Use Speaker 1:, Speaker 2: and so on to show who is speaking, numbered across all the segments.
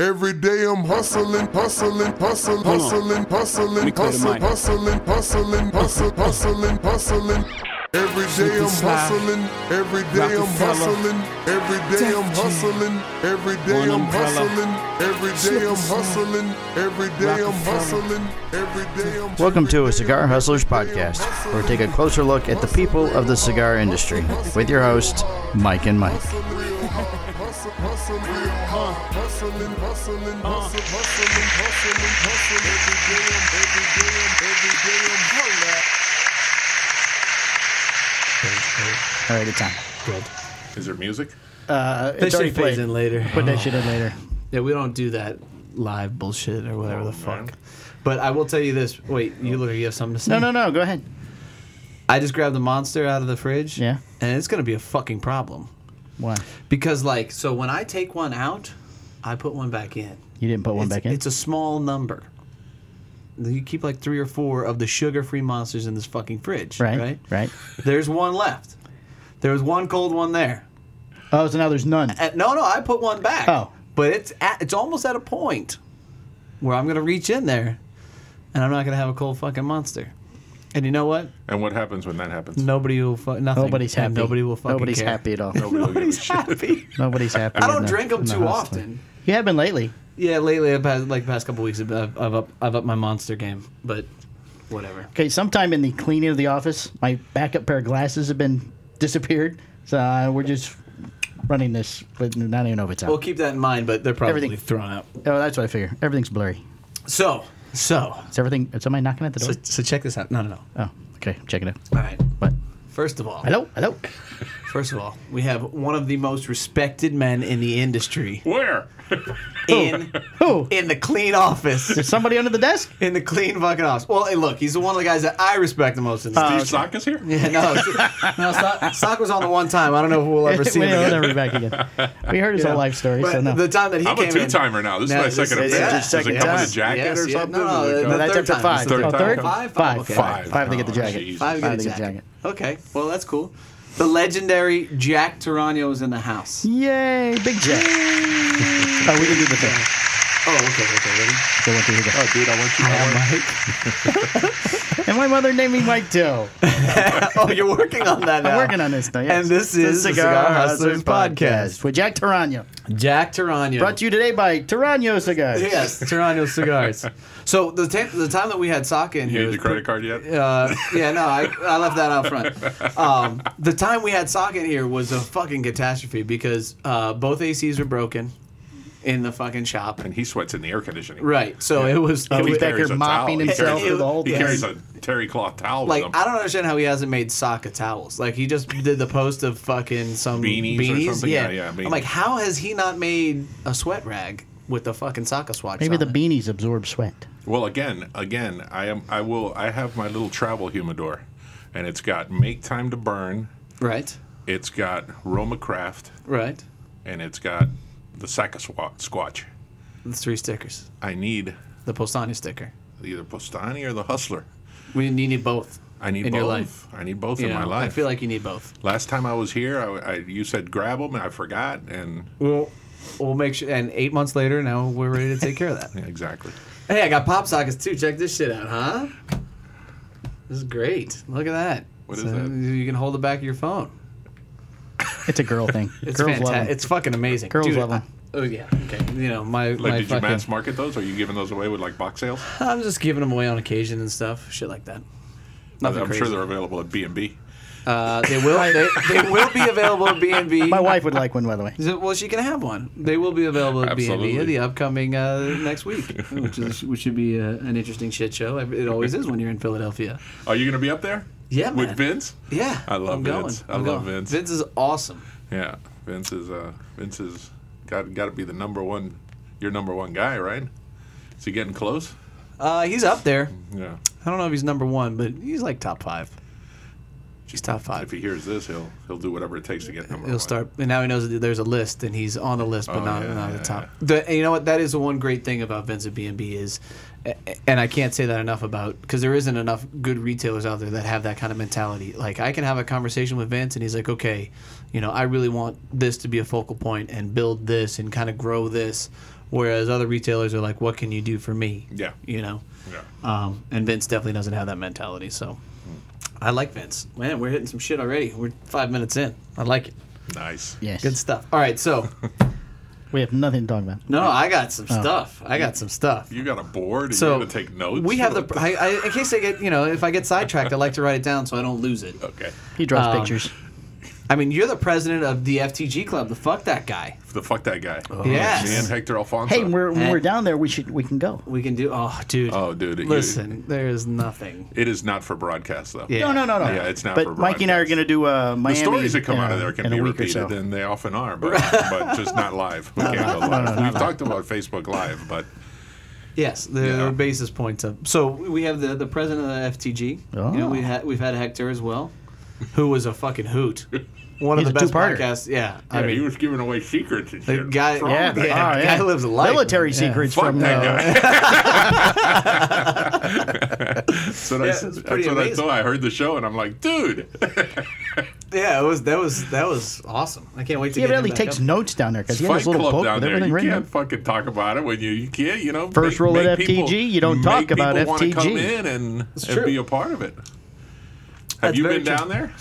Speaker 1: Every day I'm hustling, hustling, hustling,
Speaker 2: Hold on.
Speaker 1: hustling,
Speaker 2: Let me
Speaker 1: hustling,
Speaker 2: clear the
Speaker 1: hustling, hustling,
Speaker 2: mic.
Speaker 1: hustling, hustling, hustling, hustling. Every day
Speaker 2: Slip and
Speaker 1: I'm
Speaker 2: slide.
Speaker 1: hustling, every day I'm
Speaker 2: Rockefeller.
Speaker 1: hustling, every day
Speaker 2: Def
Speaker 1: I'm
Speaker 2: Jam.
Speaker 1: hustling, every day
Speaker 2: One
Speaker 1: I'm
Speaker 2: umbrella.
Speaker 1: hustling, every
Speaker 2: Slip
Speaker 1: day
Speaker 2: and
Speaker 1: I'm
Speaker 2: slide.
Speaker 1: hustling, every day I'm
Speaker 2: Rockefeller.
Speaker 1: hustling, every day I'm.
Speaker 3: Welcome to a
Speaker 1: every day
Speaker 3: Cigar
Speaker 1: I'm
Speaker 3: Hustlers
Speaker 1: hustling,
Speaker 3: podcast,
Speaker 1: hustling,
Speaker 3: where we take a closer look at the people of the cigar industry with your host, Mike and Mike.
Speaker 1: Hustling real hard, hustle, hustling real hard, hustling, hustling, hustle, hustling, hustling, hustling. Every day I'm, every day I'm, every day I'm hustling.
Speaker 3: All right, it's on.
Speaker 4: Is there music?
Speaker 3: Uh,
Speaker 5: That
Speaker 3: it's already
Speaker 5: shit
Speaker 3: played.
Speaker 5: plays in later.
Speaker 3: Put that shit in later.
Speaker 5: Yeah, we don't do that live bullshit or whatever
Speaker 3: Oh,
Speaker 5: the fuck. But I will tell you this. Wait, you literally you have something to say?
Speaker 3: No, no, no. Go ahead.
Speaker 5: I just grabbed the monster out of the fridge.
Speaker 3: Yeah.
Speaker 5: And it's gonna be a fucking problem
Speaker 3: Why?
Speaker 5: because like so when I take one out, I put one back in.
Speaker 3: You didn't put one
Speaker 5: it's,
Speaker 3: back in.
Speaker 5: It's a small number. You keep like three or four of the sugar-free monsters in this fucking fridge,
Speaker 3: right,
Speaker 5: right?
Speaker 3: right,
Speaker 5: There's one left. There was one cold one there.
Speaker 3: Oh, so now there's none.
Speaker 5: Uh, no, no, I put one back.
Speaker 3: Oh.
Speaker 5: But it's at, it's almost at a point where I'm gonna reach in there, and I'm not gonna have a cold fucking monster. And you know what?
Speaker 4: And what happens when that happens?
Speaker 5: Nobody will fuck nothing.
Speaker 3: Nobody's happy.
Speaker 5: And nobody will fucking
Speaker 3: Nobody's
Speaker 5: care.
Speaker 3: happy at all.
Speaker 4: Nobody will give a
Speaker 5: Nobody's
Speaker 4: shit.
Speaker 5: happy.
Speaker 3: Nobody's happy.
Speaker 5: I
Speaker 3: in
Speaker 5: don't
Speaker 3: the-
Speaker 5: drink them
Speaker 3: in the
Speaker 5: too
Speaker 3: hustle.
Speaker 5: often.
Speaker 3: You have been lately.
Speaker 5: Yeah, lately I've had like the past couple weeks I've, I've, I've up I've up my monster game, but whatever.
Speaker 3: Okay, sometime in the cleaning of the office, my backup pair of glasses have been disappeared. So uh, we're just running this, but not even know if it's out.
Speaker 5: We'll keep that in mind, but they're probably
Speaker 3: Everything.
Speaker 5: thrown out.
Speaker 3: Oh, that's what I figure. Everything's blurry.
Speaker 5: So so
Speaker 3: Is everything? Is somebody knocking at the door?
Speaker 5: so so check this out. No no no.
Speaker 3: oh, okay. I'm checking it.
Speaker 5: All right.
Speaker 3: What?
Speaker 5: First of all,
Speaker 3: Hello, hello.
Speaker 5: first of all, we have one of the most respected men in the industry
Speaker 4: Where?
Speaker 5: in
Speaker 3: Who?
Speaker 5: in the clean office.
Speaker 3: Is somebody under the desk?
Speaker 5: In the clean fucking office. Well, hey, look, he's one of the guys that I respect the most
Speaker 3: Uh.
Speaker 5: in this.
Speaker 4: Steve
Speaker 5: team.
Speaker 4: Sock is here?
Speaker 5: Uh, yeah, no, it's- no Stock, Stock was on the one time. I don't know if we'll ever see
Speaker 3: we
Speaker 5: him
Speaker 3: will
Speaker 5: again.
Speaker 3: never be back again. We heard his whole life story,
Speaker 5: But
Speaker 3: so no.
Speaker 5: the time that he
Speaker 4: I'm
Speaker 5: came
Speaker 4: a two timer now. This is
Speaker 5: No,
Speaker 4: my
Speaker 5: this
Speaker 4: second appearance.
Speaker 5: is- yeah.
Speaker 4: Does it
Speaker 3: Second
Speaker 4: come
Speaker 3: time.
Speaker 4: with a jacket
Speaker 5: Yes,
Speaker 4: or
Speaker 5: yeah.
Speaker 4: something?
Speaker 5: No, no,
Speaker 4: Does it
Speaker 5: no,
Speaker 4: come-
Speaker 5: that-
Speaker 3: that's
Speaker 5: third
Speaker 3: up to
Speaker 5: time.
Speaker 3: five.
Speaker 5: It's the
Speaker 4: third
Speaker 3: Oh,
Speaker 4: time.
Speaker 3: third?
Speaker 5: Five?
Speaker 3: Five.
Speaker 5: Okay.
Speaker 3: Five. Five to get the
Speaker 4: Oh,
Speaker 3: jacket.
Speaker 4: Jesus.
Speaker 5: in.
Speaker 3: Five
Speaker 5: Five
Speaker 3: to
Speaker 5: to
Speaker 3: get the jacket.
Speaker 5: Okay, well, that's cool. The legendary Jack Tarano is in the house.
Speaker 3: Yay, big Jack. oh, we didn't do the thing.
Speaker 5: Oh, okay, okay, ready?
Speaker 3: Go on through here, go.
Speaker 4: Oh, dude, I want you to
Speaker 3: And my mother named me Mike Doe.
Speaker 5: Oh, you're working on that now.
Speaker 3: I'm working on this now. yes.
Speaker 5: And this is the Cigar Hustlers Podcast.
Speaker 3: with Jack Tarano.
Speaker 5: Jack Tarano.
Speaker 3: Brought to you today by Tarano Cigars.
Speaker 5: Yes, Tarano Cigars. So the, ta- the time that we had Saka in
Speaker 4: You
Speaker 5: here
Speaker 4: need
Speaker 5: was
Speaker 4: the credit card yet?
Speaker 5: Uh, yeah, no, I, I left that out front. Um, the time we had Sock in here was a fucking catastrophe because uh, both ACs were broken in the fucking shop.
Speaker 4: And he sweats in the air conditioning.
Speaker 5: Right, so it was. It
Speaker 3: He was
Speaker 4: He
Speaker 5: was
Speaker 3: back
Speaker 4: carries
Speaker 3: here
Speaker 4: a
Speaker 3: mopping
Speaker 4: towel. He
Speaker 3: himself
Speaker 4: carries a-
Speaker 3: through the whole
Speaker 4: He
Speaker 3: thing.
Speaker 4: carries a terry cloth towel
Speaker 5: like
Speaker 4: with him.
Speaker 5: I don't understand how he hasn't made Saka towels. Like he just did the post of fucking some
Speaker 4: Beanies
Speaker 5: beanies.
Speaker 4: or something?
Speaker 5: Yeah,
Speaker 4: Yeah, yeah,
Speaker 5: I'm like,
Speaker 4: beanies.
Speaker 5: how has he not made a sweat rag with the fucking Saka swatch?
Speaker 3: Maybe
Speaker 5: on
Speaker 3: the
Speaker 5: it?
Speaker 3: beanies absorb sweat.
Speaker 4: Well, again, again, I am. I will. I have my little travel humidor, and it's got make time to burn.
Speaker 5: Right,
Speaker 4: It's got Roma Craft,
Speaker 5: right.
Speaker 4: and it's got the Saka Swa- Squatch.
Speaker 5: The three stickers,
Speaker 4: I need
Speaker 5: the Postani sticker.
Speaker 4: either Postani or the Hustler.
Speaker 5: We you need both.
Speaker 4: I need
Speaker 5: in
Speaker 4: both.
Speaker 5: your life.
Speaker 4: I need both
Speaker 5: You
Speaker 4: in my
Speaker 5: know,
Speaker 4: life.
Speaker 5: I feel like you need both.
Speaker 4: Last time I was here, I, I you said grab them, and I forgot, and
Speaker 5: We'll, we'll make sure. And eight months later, now we're ready to take care of that.
Speaker 4: yeah, exactly.
Speaker 5: hey, I got pop sockets too. Check this shit out, huh? This is great. Look at that.
Speaker 4: What is that?
Speaker 5: You can hold the back of your phone.
Speaker 3: It's a girl thing.
Speaker 5: It's
Speaker 3: Girls love
Speaker 5: fantastic.
Speaker 3: them.
Speaker 5: It's fucking amazing.
Speaker 3: Girls
Speaker 5: Dude,
Speaker 3: love 'em.
Speaker 5: I- Oh yeah. Okay. You know my
Speaker 4: Like,
Speaker 5: my
Speaker 4: did you
Speaker 5: fucking.
Speaker 4: mass market those? Are you giving those away with like box sales?
Speaker 5: I'm just giving them away on occasion and stuff. Shit like that. Nothing
Speaker 4: I'm
Speaker 5: crazy.
Speaker 4: sure they're available at B and B.
Speaker 5: uh, they will. They, they will be available at B and B.
Speaker 3: My wife would like one, by the way.
Speaker 5: Well, she can have one. They will be available at B&B
Speaker 4: Absolutely.
Speaker 5: in the upcoming uh, next week, which, is, which should be uh an interesting shit show. It always is when you're in Philadelphia.
Speaker 4: Are you going to be up there?
Speaker 5: Yeah,
Speaker 4: with
Speaker 5: man.
Speaker 4: Vince.
Speaker 5: Yeah,
Speaker 4: I love
Speaker 5: I'm
Speaker 4: Vince. I
Speaker 5: Going. I'm
Speaker 4: love
Speaker 5: going.
Speaker 4: Vince.
Speaker 5: Vince is awesome.
Speaker 4: Yeah, Vince is uh, Vince is got got to be the number one, your number one guy, right? Is he getting close?
Speaker 5: Uh, he's up there.
Speaker 4: Yeah.
Speaker 5: I don't know if he's number one, but he's like top five. He's top
Speaker 4: If
Speaker 5: five.
Speaker 4: he hears this, he'll he'll do whatever it takes to get number one.
Speaker 5: He'll start, and now he knows that there's a list, and he's on the list, but
Speaker 4: Oh,
Speaker 5: not,
Speaker 4: yeah,
Speaker 5: not
Speaker 4: yeah,
Speaker 5: at the top. The, and you know what? That is the one great thing about Vince at B&B is, a- a- and I can't say that enough about because there isn't enough good retailers out there that have that kind of mentality. Like I can have a conversation with Vince, and he's like, "Okay, you know, I really want this to be a focal point and build this and kind of grow this." Whereas other retailers are like, what can you do for me?
Speaker 4: Yeah.
Speaker 5: You know?
Speaker 4: Yeah.
Speaker 5: Um, and Vince definitely doesn't have that mentality. So
Speaker 4: Mm.
Speaker 5: I like Vince. Man, we're hitting some shit already. We're five minutes in. I like it.
Speaker 4: Nice.
Speaker 3: Yes.
Speaker 5: Good stuff. All right. So,
Speaker 3: We have nothing to talk about.
Speaker 5: no, I got some
Speaker 3: Oh.
Speaker 5: stuff. I got some stuff.
Speaker 4: You got a board and
Speaker 5: So
Speaker 4: you're going to take notes?
Speaker 5: We have the, I, I, in case I get, you know, if I get sidetracked, I like to write it down so I don't lose it.
Speaker 4: Okay.
Speaker 3: He draws
Speaker 5: Um,
Speaker 3: pictures.
Speaker 5: I mean, you're the president of the FTG club. The fuck that guy.
Speaker 4: The fuck that guy. Oh,
Speaker 5: Yes.
Speaker 4: Me and Hector Alfonso.
Speaker 3: Hey, we're, when
Speaker 5: Hey.
Speaker 3: we're down there, we should we can go.
Speaker 5: We can do. Oh, dude.
Speaker 4: Oh, dude. you-
Speaker 5: Listen, there is nothing.
Speaker 4: it is not for broadcast, though.
Speaker 3: No,
Speaker 5: Yeah.
Speaker 3: no, no, no.
Speaker 4: Yeah, it's not
Speaker 3: But
Speaker 4: for
Speaker 3: Mike and I are
Speaker 4: broadcast.
Speaker 3: going to do uh,
Speaker 4: The
Speaker 3: Miami.
Speaker 4: stories that come
Speaker 3: in
Speaker 4: out of
Speaker 3: a-
Speaker 4: there can
Speaker 3: in a
Speaker 4: be
Speaker 3: week or
Speaker 4: repeated,
Speaker 3: so.
Speaker 4: and they often are, but, but just not live. We can't go live. We've talked about Facebook Live, but
Speaker 5: Yes, there
Speaker 4: Yeah.
Speaker 5: are basis points of. So we have the, the president of the FTG. You know,
Speaker 3: Oh.
Speaker 5: we had we've had Hector as well, who was a fucking hoot. One
Speaker 3: He's
Speaker 5: of
Speaker 3: a
Speaker 5: the best
Speaker 3: two-parter.
Speaker 5: podcasts. Yeah,
Speaker 4: yeah,
Speaker 5: I mean,
Speaker 4: he was giving away secrets and
Speaker 5: the
Speaker 4: shit.
Speaker 5: guy.
Speaker 4: From
Speaker 5: Yeah,
Speaker 3: Yeah,
Speaker 4: that
Speaker 5: yeah,
Speaker 4: guy.
Speaker 3: all right.
Speaker 5: the guy lives a life.
Speaker 3: Military
Speaker 5: man.
Speaker 3: secrets
Speaker 4: Fuck
Speaker 3: from
Speaker 4: that
Speaker 3: uh,
Speaker 4: guy. that's what, I,
Speaker 5: Yeah,
Speaker 4: said-
Speaker 5: it's
Speaker 4: that's
Speaker 5: pretty
Speaker 4: what I
Speaker 5: amazing.
Speaker 4: thought. I heard the show, and I'm like, dude.
Speaker 5: Yeah, it was that was that was awesome. I can't wait to
Speaker 3: He
Speaker 5: get him
Speaker 3: evidently
Speaker 5: back
Speaker 3: takes
Speaker 5: up.
Speaker 3: notes down there because he has
Speaker 4: Fight
Speaker 3: this little
Speaker 4: Club
Speaker 3: book
Speaker 4: down
Speaker 3: with
Speaker 4: there.
Speaker 3: everything
Speaker 4: You
Speaker 3: written.
Speaker 4: can't fucking talk about it when you you can't. You know,
Speaker 3: First rule at
Speaker 4: people-
Speaker 3: FTG, you don't talk
Speaker 4: make
Speaker 3: about
Speaker 4: people wanna Come
Speaker 3: FTG.
Speaker 4: in and, and
Speaker 5: true.
Speaker 4: be a part of it. Have
Speaker 5: That's
Speaker 4: you
Speaker 5: very
Speaker 4: been
Speaker 5: true.
Speaker 4: down there?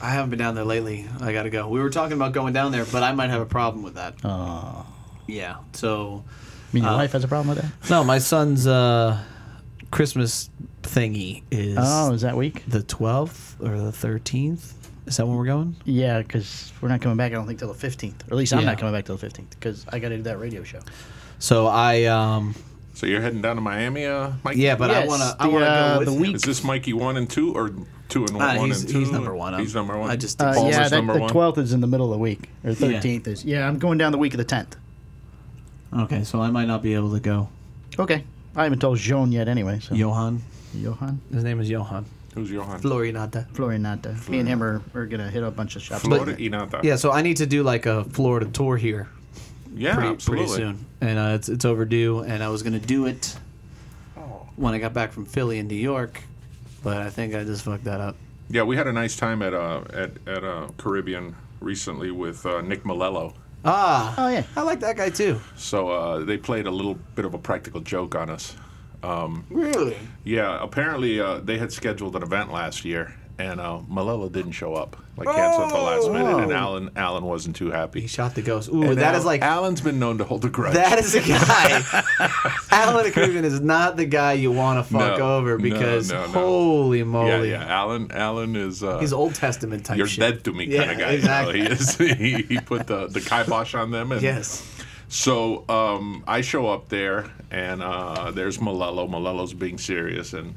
Speaker 5: I haven't been down there lately. I gotta go. We were talking about going down there, but I might have a problem with that. Oh. Yeah. So
Speaker 3: I mean, your
Speaker 5: Uh-huh.
Speaker 3: wife has a problem with that.
Speaker 5: no, my son's uh, Christmas thingy is
Speaker 3: Oh, is that week?
Speaker 5: the 12th or the 13th. Is that when we're going?
Speaker 3: Yeah, because we're not coming back. I don't think till the fifteenth, or at least I'm
Speaker 5: Yeah.
Speaker 3: not coming back till the fifteenth because I got to do that radio show.
Speaker 5: So I um
Speaker 4: So you're heading down to Miami, uh, Mike?
Speaker 5: yeah, but I
Speaker 3: Yes,
Speaker 5: want to I
Speaker 3: the,
Speaker 5: want to
Speaker 3: uh,
Speaker 5: go with
Speaker 3: the
Speaker 5: him.
Speaker 3: week-
Speaker 4: Is this Mikey one and two or two and one?
Speaker 5: Uh,
Speaker 4: one
Speaker 5: he's-
Speaker 4: and two.
Speaker 5: he's number one. I'm-
Speaker 4: He's number one.
Speaker 5: I just-
Speaker 3: Uh,
Speaker 5: Paul
Speaker 4: Palmer's
Speaker 3: yeah, that,
Speaker 4: number
Speaker 3: the
Speaker 4: one.
Speaker 3: twelfth is in the middle of the week, or thirteenth is. Yeah, I'm going down the week of the tenth.
Speaker 5: Okay, so I might not be able to go.
Speaker 3: Okay, I haven't told Joan yet, anyway. So
Speaker 5: Johan,
Speaker 3: Johan
Speaker 5: his name is Johan
Speaker 4: Who's Johan?
Speaker 5: Florinata.
Speaker 3: Florinata. Me and him are, are gonna hit a bunch of shops.
Speaker 4: Florida Inata.
Speaker 5: Yeah, so I need to do like a Florida tour here
Speaker 4: yeah,
Speaker 5: pretty,
Speaker 4: absolutely.
Speaker 5: pretty soon, and uh, it's it's overdue. And I was gonna do it
Speaker 4: Oh.
Speaker 5: when I got back from Philly and New York, but I think I just fucked that up.
Speaker 4: Yeah, we had a nice time at uh, at at uh, Caribbean recently with uh, Nick Malello.
Speaker 5: Ah,
Speaker 3: Oh, yeah.
Speaker 5: I like that guy too.
Speaker 4: So uh, they played a little bit of a practical joke on us.
Speaker 5: Really?
Speaker 4: Yeah, apparently uh, they had scheduled an event last year, and uh, Malello didn't show up. Like canceled at the last minute, and Alan Alan wasn't too happy.
Speaker 5: Oh! He shot the ghost. Ooh, that is
Speaker 4: And Al-
Speaker 5: like
Speaker 4: Alan's been known to hold a grudge.
Speaker 5: That is the guy. Alan Craven is not the guy you want to fuck
Speaker 4: No,
Speaker 5: over
Speaker 4: no,
Speaker 5: because
Speaker 4: no, no.
Speaker 5: holy
Speaker 4: yeah,
Speaker 5: moly,
Speaker 4: yeah. Alan Alan is uh,
Speaker 5: he's Old Testament type
Speaker 4: you're
Speaker 5: shit.
Speaker 4: dead to me kind
Speaker 5: Yeah,
Speaker 4: of guy.
Speaker 5: exactly.
Speaker 4: You know? he, is, he, he put the, the kibosh on them. And
Speaker 5: Yes.
Speaker 4: So um, I show up there, and uh, there's Malello. Malello's being serious, and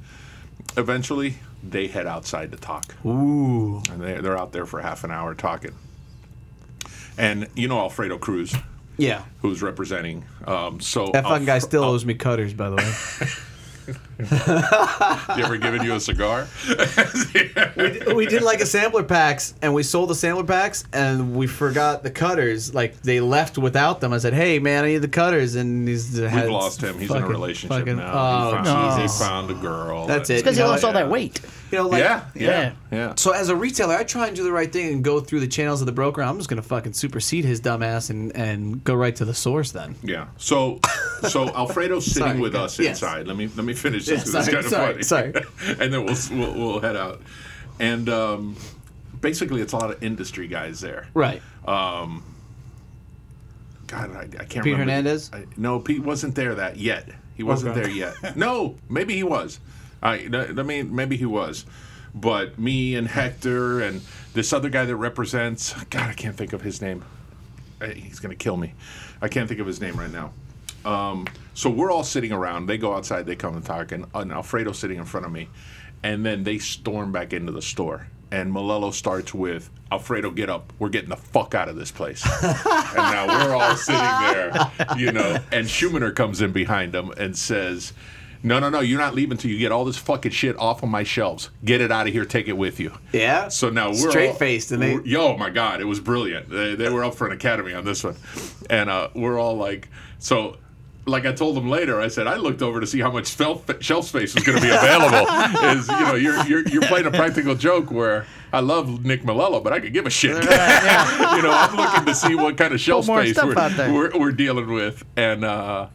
Speaker 4: eventually they head outside to talk.
Speaker 5: Ooh.
Speaker 4: And they, they're out there for half an hour talking. And you know Alfredo Cruz,
Speaker 5: Yeah.
Speaker 4: who's representing. Um, so
Speaker 5: That fucking guy
Speaker 4: Alf-
Speaker 5: still owes me cutters, by the way.
Speaker 4: you ever given you a cigar?
Speaker 5: we did like a sampler packs, and we sold the sampler packs, and we forgot the cutters. Like they left without them. I said, "Hey, man, I need the cutters," and he's
Speaker 4: We've lost him. He's in a relationship now.
Speaker 5: Oh,
Speaker 4: he, found,
Speaker 5: Jesus.
Speaker 4: he found a girl.
Speaker 5: That's
Speaker 4: and-
Speaker 5: it.
Speaker 3: because he
Speaker 5: Yeah,
Speaker 3: lost all
Speaker 4: yeah.
Speaker 3: that weight.
Speaker 5: You know, like
Speaker 4: Yeah, yeah, yeah.
Speaker 5: So as a retailer, I try and do the right thing and go through the channels of the broker. I'm just gonna fucking supersede his dumb ass and, and go right to the source then.
Speaker 4: Yeah. So, so Alfredo's sitting
Speaker 5: Sorry,
Speaker 4: with
Speaker 5: go-
Speaker 4: us
Speaker 5: yes.
Speaker 4: inside. Let me let me finish this because
Speaker 5: Yeah,
Speaker 4: it's kind of funny.
Speaker 5: sorry, sorry,
Speaker 4: and then we'll, we'll we'll head out. And um, basically, it's a lot of industry guys there.
Speaker 5: Right.
Speaker 4: God, I, I can't.
Speaker 5: Pete
Speaker 4: remember.
Speaker 5: Hernandez?
Speaker 4: I, no, Pete wasn't there that yet. He wasn't
Speaker 5: Okay.
Speaker 4: there yet. No, maybe he was. I, I mean, maybe he was. But me and Hector and this other guy that represents God, I can't think of his name. I- He's gonna kill me. I can't think of his name right now. Um, so we're all sitting around. They go outside. They come and talk, and, uh, and Alfredo's sitting in front of me, and then they storm back into the store. And Malello starts with, "Alfredo, get up! We're getting the fuck out of this place." and now we're all sitting there, you know. And Schumacher comes in behind them and says, "No, no, no! You're not leaving until you get all this fucking shit off of my shelves. Get it out of here. Take it with you."
Speaker 5: Yeah.
Speaker 4: So now we're all-
Speaker 5: Straight-faced, and they-
Speaker 4: we're- yo, my God, it was brilliant. They, they were up for an Academy on this one, and uh, we're all like, so like I told him later, I said I looked over to see how much shelf, shelf space was going to be available. Is you know you're, you're you're playing a practical joke where I love Nick Malello, but I could give a shit. you know, I'm looking to see what kind of shelf
Speaker 3: more
Speaker 4: space
Speaker 3: stuff
Speaker 4: we're,
Speaker 3: out there.
Speaker 4: we're we're dealing with, and uh,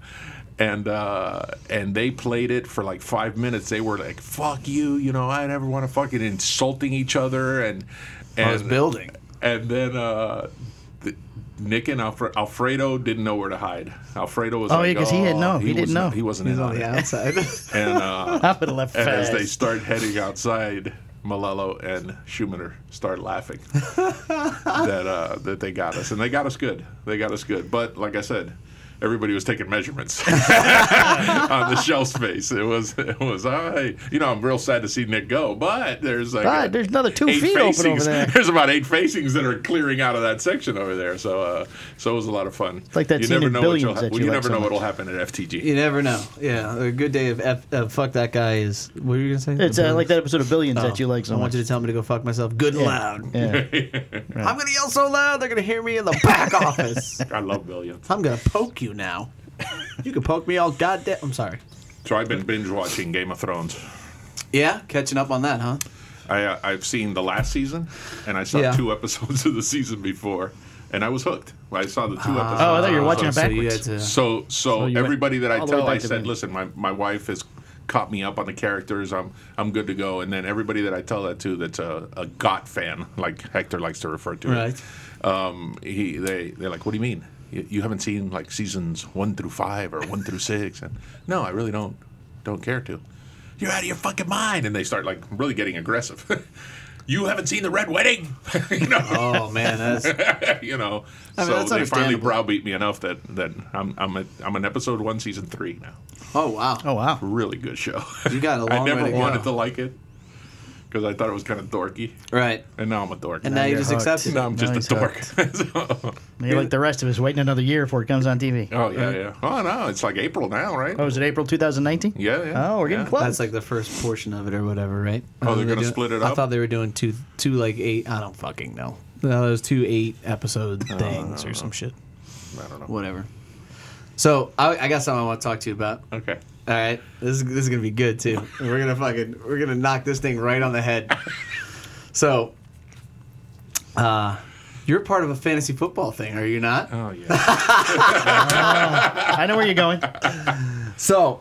Speaker 4: and uh, and they played it for like five minutes. They were like, "Fuck you," you know. I never want to fucking insulting each other and. and
Speaker 5: I was building.
Speaker 4: and then uh, th- Nick and Alfre- Alfredo didn't know where to hide. Alfredo was
Speaker 3: Oh,
Speaker 4: like,
Speaker 3: yeah, 'cause he had-
Speaker 4: "Oh,
Speaker 3: no, he didn't
Speaker 4: was not-
Speaker 3: know.
Speaker 4: He wasn't
Speaker 5: He's
Speaker 4: in
Speaker 5: on
Speaker 4: on
Speaker 5: the
Speaker 4: it.
Speaker 5: outside.
Speaker 4: And, uh,
Speaker 3: I would have left
Speaker 4: and as
Speaker 3: fast.
Speaker 4: they start heading outside, Malello and Schumacher start laughing that uh, that they got us, and they got us good. They got us good. But like I said, everybody was taking measurements on the shelf space. It was it was I. You know, I'm real sad to see Nick go, but there's like
Speaker 3: Ah,
Speaker 4: a-
Speaker 3: there's another two
Speaker 4: eight
Speaker 3: feet
Speaker 4: facings.
Speaker 3: open over there.
Speaker 4: There's about eight facings that are clearing out of that section over there. So, uh, so it was a lot of fun. It's
Speaker 3: like that
Speaker 4: you
Speaker 3: scene
Speaker 4: never
Speaker 3: in
Speaker 4: know what you'll
Speaker 3: Billions that
Speaker 4: well,
Speaker 3: you
Speaker 4: you
Speaker 3: like
Speaker 4: never
Speaker 3: so
Speaker 4: know
Speaker 3: much.
Speaker 4: what'll happen at FTG.
Speaker 5: you never know. Yeah, a good day of, F, of fuck that guy is. What were you gonna say?
Speaker 3: it's uh, like that episode of Billions
Speaker 5: Oh,
Speaker 3: that you like so
Speaker 5: I
Speaker 3: much.
Speaker 5: want you to tell me to go fuck myself, good and loud.
Speaker 3: Yeah.
Speaker 5: I'm gonna yell so loud they're gonna hear me in the back office.
Speaker 4: I love Billions.
Speaker 5: I'm gonna poke you now. You can poke me all goddamn. I'm sorry.
Speaker 4: So I've been binge watching Game of Thrones.
Speaker 5: Yeah, catching up on that, huh?
Speaker 4: I, uh, I've seen the last season, and I saw
Speaker 5: Yeah.
Speaker 4: two episodes of the season before, and I was hooked. I saw the two episodes.
Speaker 3: Oh, I thought you were watching it
Speaker 5: so you
Speaker 3: backwards.
Speaker 5: had to-
Speaker 4: So, so
Speaker 3: you went
Speaker 4: everybody that I
Speaker 3: all the way
Speaker 4: tell,
Speaker 3: back
Speaker 4: I
Speaker 3: to
Speaker 4: said,
Speaker 3: me.
Speaker 4: listen, my, my wife has caught me up on the characters. I'm I'm good to go. And then everybody that I tell that to, that's a, a GOT fan, like Hector likes to refer to
Speaker 5: Right.
Speaker 4: it. Um, he they they're like, what do you mean? You, you haven't seen like seasons one through five or one through six? And no, I really don't don't care to. You're out of your fucking mind. And they start like really getting aggressive. you haven't seen the Red Wedding, you know
Speaker 5: Oh man, that's
Speaker 4: you know.
Speaker 5: I mean,
Speaker 4: so
Speaker 5: that's
Speaker 4: they finally
Speaker 5: understandable.
Speaker 4: browbeat me enough that that I'm I'm at, I'm an episode one, season three now.
Speaker 5: oh wow.
Speaker 3: Oh wow.
Speaker 4: Really good show.
Speaker 5: You got a long
Speaker 4: I never
Speaker 5: way to go.
Speaker 4: wanted to like it because I thought it was kind of dorky,
Speaker 5: Right.
Speaker 4: and now I'm a dork.
Speaker 5: And now, you
Speaker 3: you're
Speaker 5: just
Speaker 3: hooked.
Speaker 5: accept it.
Speaker 4: now I'm just
Speaker 3: now he's
Speaker 4: a dork. So-
Speaker 3: You're like the rest of us, waiting another year before it comes on TV.
Speaker 4: oh yeah, yeah. Oh no, it's like April now, right?
Speaker 3: Oh, was it April 2019?
Speaker 4: Yeah, yeah.
Speaker 3: Oh, we're getting
Speaker 4: Yeah.
Speaker 3: close.
Speaker 5: That's like the first portion of it or whatever, right?
Speaker 4: Oh, they're
Speaker 5: They
Speaker 4: gonna
Speaker 5: do-
Speaker 4: split it
Speaker 5: I
Speaker 4: up?
Speaker 5: thought they were doing two, two like eight. I don't fucking know. No, those two eight episode things or
Speaker 4: Uh,
Speaker 5: some shit.
Speaker 4: I don't know.
Speaker 5: Whatever. So I, I got something I want to talk to you about.
Speaker 4: Okay.
Speaker 5: All right, this is this is gonna be good too. We're gonna fucking we're gonna knock this thing right on the head. So, uh, you're part of a fantasy football thing, are you not?
Speaker 4: Oh yeah.
Speaker 3: I know where you're going.
Speaker 5: So,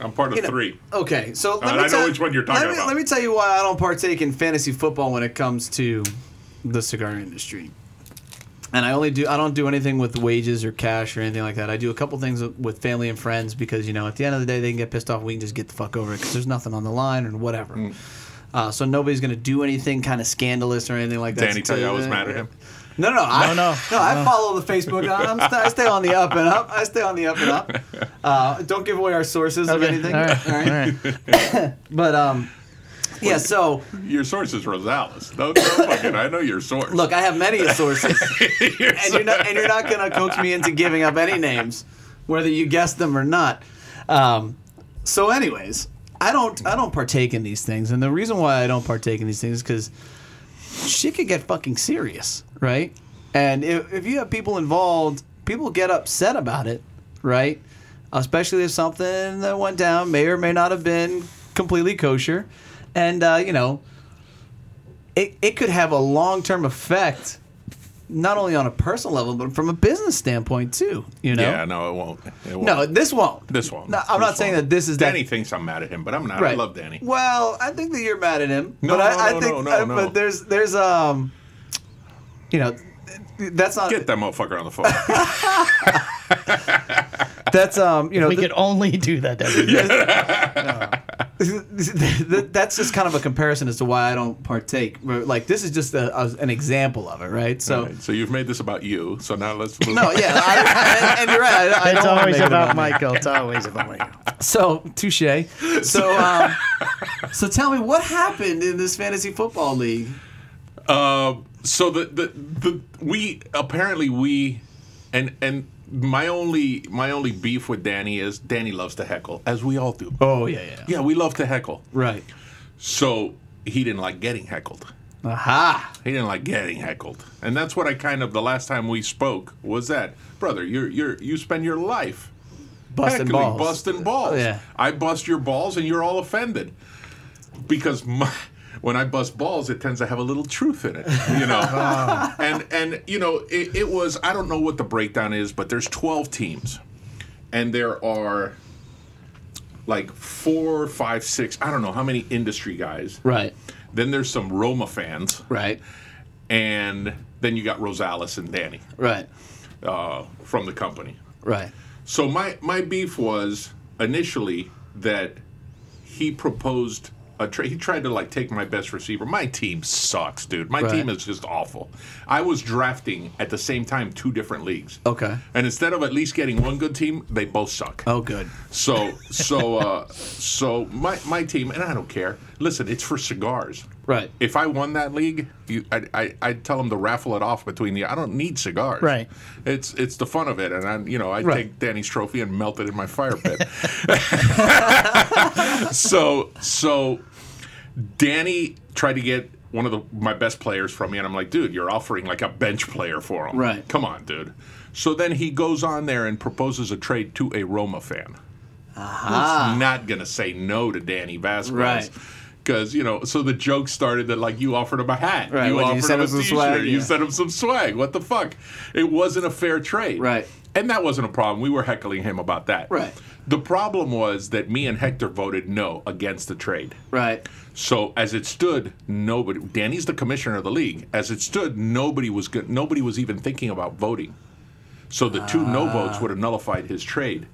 Speaker 4: I'm part of
Speaker 5: know-
Speaker 4: three.
Speaker 5: okay, so
Speaker 4: Uh,
Speaker 5: let me
Speaker 4: I know
Speaker 5: tell-
Speaker 4: which one you're talking
Speaker 5: let me,
Speaker 4: about.
Speaker 5: Let me tell you why I don't partake in fantasy football when it comes to the cigar industry. And I only do I don't do anything with wages or cash or anything like that. I do a couple things with family and friends because you know at the end of the day they can get pissed off. We can just get the fuck over it because there's nothing on the line or whatever.
Speaker 4: Hmm.
Speaker 5: Uh, so nobody's gonna do anything kind of scandalous or anything like that.
Speaker 4: Danny, tell you I was mad at him.
Speaker 5: No, no, I, no,
Speaker 3: No, no.
Speaker 5: I follow the Facebook. I- I'm st- I stay on the up and up. I stay on the up and up. Uh, don't give away our sources of
Speaker 3: Okay,
Speaker 5: anything.
Speaker 3: all right,
Speaker 5: All right. But um, yeah. So
Speaker 4: Your source is Rosales. No, no fucking. I know your source.
Speaker 5: look, I have many sources,
Speaker 4: Your
Speaker 5: and you're not and you're not gonna coax me into giving up any names, whether you guessed them or not. Um, so, anyways, I don't I don't partake in these things, and the reason why I don't partake in these things is because shit could get fucking serious, right? And if, if you have people involved, people get upset about it, right? Especially if something that went down may or may not have been completely kosher. And, uh, you know, it, it could have a long term effect, not only on a personal level, but from a business standpoint, too, you know?
Speaker 4: Yeah, no, it won't. It won't.
Speaker 5: No, this won't.
Speaker 4: This one.
Speaker 5: No, I'm
Speaker 4: This
Speaker 5: not saying
Speaker 4: one.
Speaker 5: that this is
Speaker 4: Danny
Speaker 5: that.
Speaker 4: thinks I'm mad at him, but I'm not. I
Speaker 5: Right.
Speaker 4: love Danny.
Speaker 5: Well, I think that you're mad at him.
Speaker 4: No,
Speaker 5: but I,
Speaker 4: no,
Speaker 5: I
Speaker 4: no,
Speaker 5: think,
Speaker 4: no, no,
Speaker 5: uh,
Speaker 4: no.
Speaker 5: But there's there's um, you know, that's not
Speaker 4: Get that motherfucker on the phone.
Speaker 5: that's um, you know,
Speaker 3: We could only do that. Debbie.
Speaker 5: Th- that's just kind of a comparison as to why I don't partake. But, Like this is just a, a- an example of it, right? So.
Speaker 4: Alright, so you've made this about you. So now let's move.
Speaker 5: No, yeah, I, I- and, and you're right. I, I
Speaker 3: It's
Speaker 5: don't wanna
Speaker 3: always
Speaker 5: make it
Speaker 3: about Michael. It's always about Michael.
Speaker 5: So touche. So, um, so tell me what happened in this fantasy football league.
Speaker 4: Uh, so the, the the we apparently we and and my only my only beef with Danny is Danny loves to heckle, as we all do.
Speaker 5: Oh yeah, yeah,
Speaker 4: Yeah, we love to heckle.
Speaker 5: right.
Speaker 4: So he didn't like getting heckled.
Speaker 5: Aha.
Speaker 4: He didn't like getting heckled, and that's what I kind of the last time we spoke was that brother. You're you're you spend your life
Speaker 5: Busting
Speaker 4: Heckling,
Speaker 5: balls.
Speaker 4: Busting balls.
Speaker 5: Yeah.
Speaker 4: I bust your balls and you're all offended. Because my, when I bust balls, it tends to have a little truth in it, you
Speaker 5: Ah.
Speaker 4: know. and and you know, it, it was I don't know what the breakdown is, but there's 12 teams, and there are like four, five, six, I don't know how many industry guys.
Speaker 5: Right.
Speaker 4: Then there's some Roma fans,
Speaker 5: Right.
Speaker 4: and then you got Rosales and Danny
Speaker 5: Right.
Speaker 4: uh, from the company.
Speaker 5: Right.
Speaker 4: So my my beef was initially that he proposed a trade. He tried to like take my best receiver. My team sucks, dude. My
Speaker 5: Right.
Speaker 4: team is just awful. I was drafting at the same time two different leagues.
Speaker 5: Okay.
Speaker 4: And instead of at least getting one good team, they both suck.
Speaker 5: Oh, good.
Speaker 4: So so uh, so my my team and I don't care. Listen, it's for cigars.
Speaker 5: Right.
Speaker 4: If I won that league, you, I, I, I'd tell them to raffle it off between the. I don't need cigars.
Speaker 3: Right.
Speaker 4: It's it's the fun of it, and I you know I would
Speaker 5: Right.
Speaker 4: take Danny's trophy and melt it in my fire pit. so so, Danny tried to get one of the, my best players from me, and I'm like, dude, you're offering like a bench player for him.
Speaker 5: Right.
Speaker 4: Come on, dude. So then he goes on there and proposes a trade to a Roma fan who's not going to say no to Danny Vasquez.
Speaker 5: Ah. Right.
Speaker 4: Because, you know, so the joke started that, like, you offered him a hat.
Speaker 5: Right,
Speaker 4: You
Speaker 5: what, you
Speaker 4: offered
Speaker 5: sent
Speaker 4: him a
Speaker 5: him some
Speaker 4: t-shirt.
Speaker 5: swag,
Speaker 4: You
Speaker 5: yeah.
Speaker 4: sent him some swag. What the fuck? It wasn't a fair trade.
Speaker 5: Right.
Speaker 4: And that wasn't a problem. We were heckling him about that.
Speaker 5: Right.
Speaker 4: The problem was that me and Hector voted no against the trade.
Speaker 5: Right.
Speaker 4: So as it stood, nobody. Danny's the commissioner of the league. As it stood, nobody was go- nobody was even thinking about voting. So the two no votes would have nullified his trade.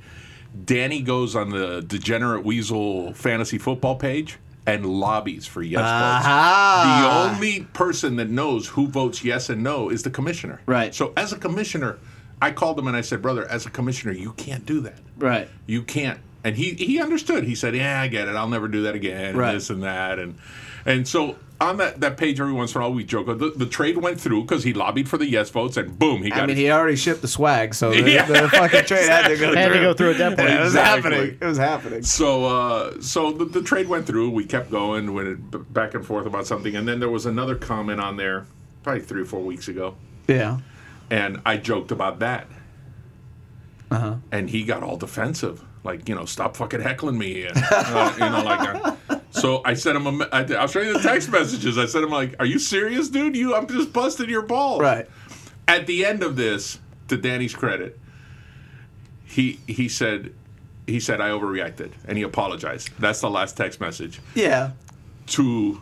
Speaker 4: Danny goes on the Degenerate Weasel fantasy football page and lobbies for yes votes. The only person that knows who votes yes and no is the commissioner.
Speaker 5: Right.
Speaker 4: So as a commissioner, I called him and I said, "Brother, as a commissioner, you can't do that."
Speaker 5: Right.
Speaker 4: you can't and he he understood he said yeah i get it i'll never do that again
Speaker 5: Right.
Speaker 4: and this and that and and so on that, that page every once in a while we joke the, the trade went through because he lobbied for the yes votes and boom he got
Speaker 5: I mean,
Speaker 4: his-
Speaker 5: he already shipped the swag, so the,
Speaker 4: Yeah,
Speaker 5: the fucking trade had to go
Speaker 3: I had to go through at that point.
Speaker 5: Yeah, it was
Speaker 4: Exactly.
Speaker 5: happening. It was happening.
Speaker 4: so uh, so the, the trade went through we kept going went it b- back and forth about something and then there was another comment on there probably three or four weeks ago
Speaker 5: Yeah.
Speaker 4: and i joked about that and he got all defensive like you know stop fucking heckling me and uh, you know like uh, so i sent him a me- I, i'll show you the text messages i sent him like are you serious dude you i'm just busting your balls
Speaker 5: Right.
Speaker 4: at the end of this to danny's credit he he said he said i overreacted and he apologized that's the last text message
Speaker 5: Yeah.
Speaker 4: to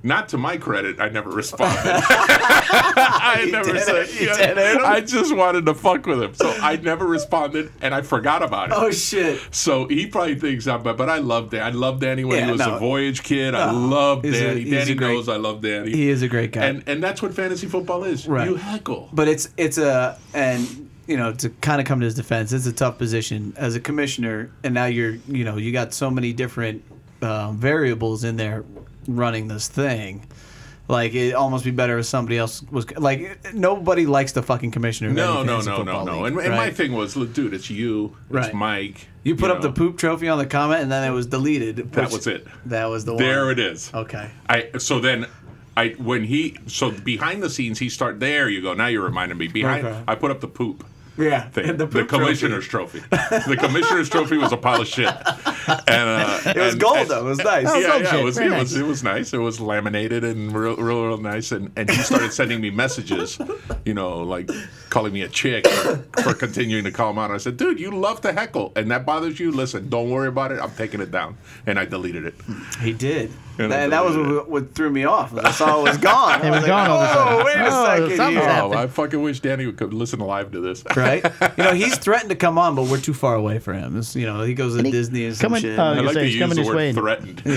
Speaker 4: not to my credit, I never responded. I never
Speaker 5: did
Speaker 4: said
Speaker 5: it. You did it.
Speaker 4: I just wanted to fuck with him. So I never responded and I forgot about it.
Speaker 5: Oh shit.
Speaker 4: So he probably thinks I'm but but I love Dan. I loved Danny when he
Speaker 5: Yeah,
Speaker 4: was
Speaker 5: no. Oh,
Speaker 4: a voyage kid. I love
Speaker 5: he's a-
Speaker 4: Danny.
Speaker 5: he's a
Speaker 4: Danny
Speaker 5: great-
Speaker 4: knows I love Danny.
Speaker 5: He is a great guy.
Speaker 4: and and that's what fantasy football is.
Speaker 5: Right.
Speaker 4: You heckle.
Speaker 5: but it's it's a and you know to kind of come to his defense it's a tough position as a commissioner and now you're you know you got so many different uh, variables in there running this thing like it'd almost be better if somebody else was like nobody likes the fucking commissioner of
Speaker 4: no,
Speaker 5: any
Speaker 4: no,
Speaker 5: fantasy
Speaker 4: no, no,
Speaker 5: football
Speaker 4: no.
Speaker 5: league,
Speaker 4: And, and my
Speaker 5: right?
Speaker 4: thing was, look, dude, it's you,
Speaker 5: Right.
Speaker 4: it's Mike.
Speaker 5: you put up
Speaker 4: know,
Speaker 5: the poop trophy on the comment and then it was deleted
Speaker 4: That
Speaker 5: which-
Speaker 4: was it.
Speaker 5: that was the
Speaker 4: There
Speaker 5: one
Speaker 4: it is.
Speaker 5: okay
Speaker 4: I so then I when he so behind the scenes he start there you go now you're reminding me behind
Speaker 5: Okay.
Speaker 4: I put up the poop
Speaker 5: yeah
Speaker 4: thing the,
Speaker 5: the, poop
Speaker 4: commissioner's trophy. the commissioner's trophy was a pile of shit and uh,
Speaker 5: trophy. it was
Speaker 4: and-
Speaker 5: gold
Speaker 4: and-
Speaker 5: though it was nice
Speaker 4: yeah,
Speaker 3: gold
Speaker 4: yeah,
Speaker 3: shit.
Speaker 4: it was
Speaker 3: Very
Speaker 4: it
Speaker 3: nice.
Speaker 4: was it was nice. It was laminated and real real, real nice. And, and he started sending me messages, you know, like calling me a chick for, for continuing to call him out. I said, dude, you love to heckle, and that bothers you. Listen, don't worry about it. I'm taking it down, and I deleted it.
Speaker 5: He did.
Speaker 4: And
Speaker 5: And,
Speaker 4: I
Speaker 5: that was
Speaker 4: deleted
Speaker 5: what, what threw me off. was I saw it was gone. I
Speaker 3: was
Speaker 5: was
Speaker 3: gone all of a
Speaker 5: oh,
Speaker 3: sudden.
Speaker 5: wait a
Speaker 3: Oh,
Speaker 5: second.
Speaker 3: something's
Speaker 5: here."
Speaker 3: happened.
Speaker 4: Oh, I fucking wish Danny could listen live to this.
Speaker 5: Right? You know, he's threatened to come on, but we're too far away for him. It's, you know, he goes to
Speaker 3: he-
Speaker 5: Disney and some
Speaker 3: come on-
Speaker 5: shit.
Speaker 3: oh,
Speaker 4: I
Speaker 3: You
Speaker 4: like
Speaker 3: say
Speaker 4: to
Speaker 3: he's
Speaker 4: use
Speaker 3: coming
Speaker 4: the
Speaker 3: this
Speaker 4: word
Speaker 3: way.
Speaker 4: threatened.
Speaker 5: yeah,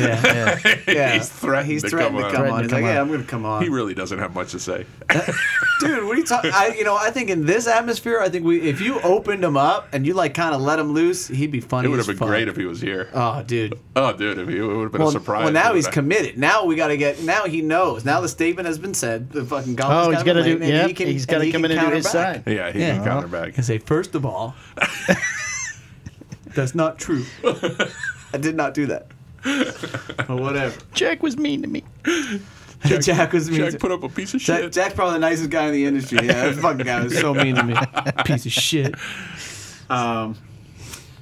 Speaker 5: yeah. yeah.
Speaker 4: He's threatened
Speaker 5: He's
Speaker 4: to
Speaker 5: threatened
Speaker 4: come
Speaker 5: to
Speaker 4: on.
Speaker 5: come,
Speaker 3: Threatened
Speaker 5: on.
Speaker 3: to
Speaker 5: He's
Speaker 3: come
Speaker 5: like, yeah,
Speaker 3: on.
Speaker 5: I'm going to come on.
Speaker 4: He really doesn't have much to say.
Speaker 5: Dude, what are you talking? I, you know, I think in this atmosphere, I think we, if you opened him up and you like kind of let him loose, he'd be funny.
Speaker 4: It would have
Speaker 5: as
Speaker 4: been
Speaker 5: fuck.
Speaker 4: great if he was here.
Speaker 5: Oh, dude.
Speaker 4: Oh, dude, if he, it would have been
Speaker 5: Well,
Speaker 4: a surprise.
Speaker 5: well, now
Speaker 4: wouldn't
Speaker 5: he's
Speaker 4: it?
Speaker 5: committed. Now we got to get. Now he knows. Now the statement has been said. The fucking gong.
Speaker 3: Oh, he's got to do. Yeah,
Speaker 5: Yeah,
Speaker 3: he's got to come in and do his side.
Speaker 4: Yeah, he
Speaker 5: Yeah.
Speaker 4: can counter back.
Speaker 5: and say, first of all, that's not true. I did not do that. Or whatever.
Speaker 3: Jack was mean to me.
Speaker 5: Jack, was mean.
Speaker 4: Jack
Speaker 5: to-
Speaker 4: put up a piece of
Speaker 5: Jack,
Speaker 4: shit.
Speaker 5: Jack's probably the nicest guy in the industry. Yeah, that fucking guy was so mean to me. Piece of shit. Um,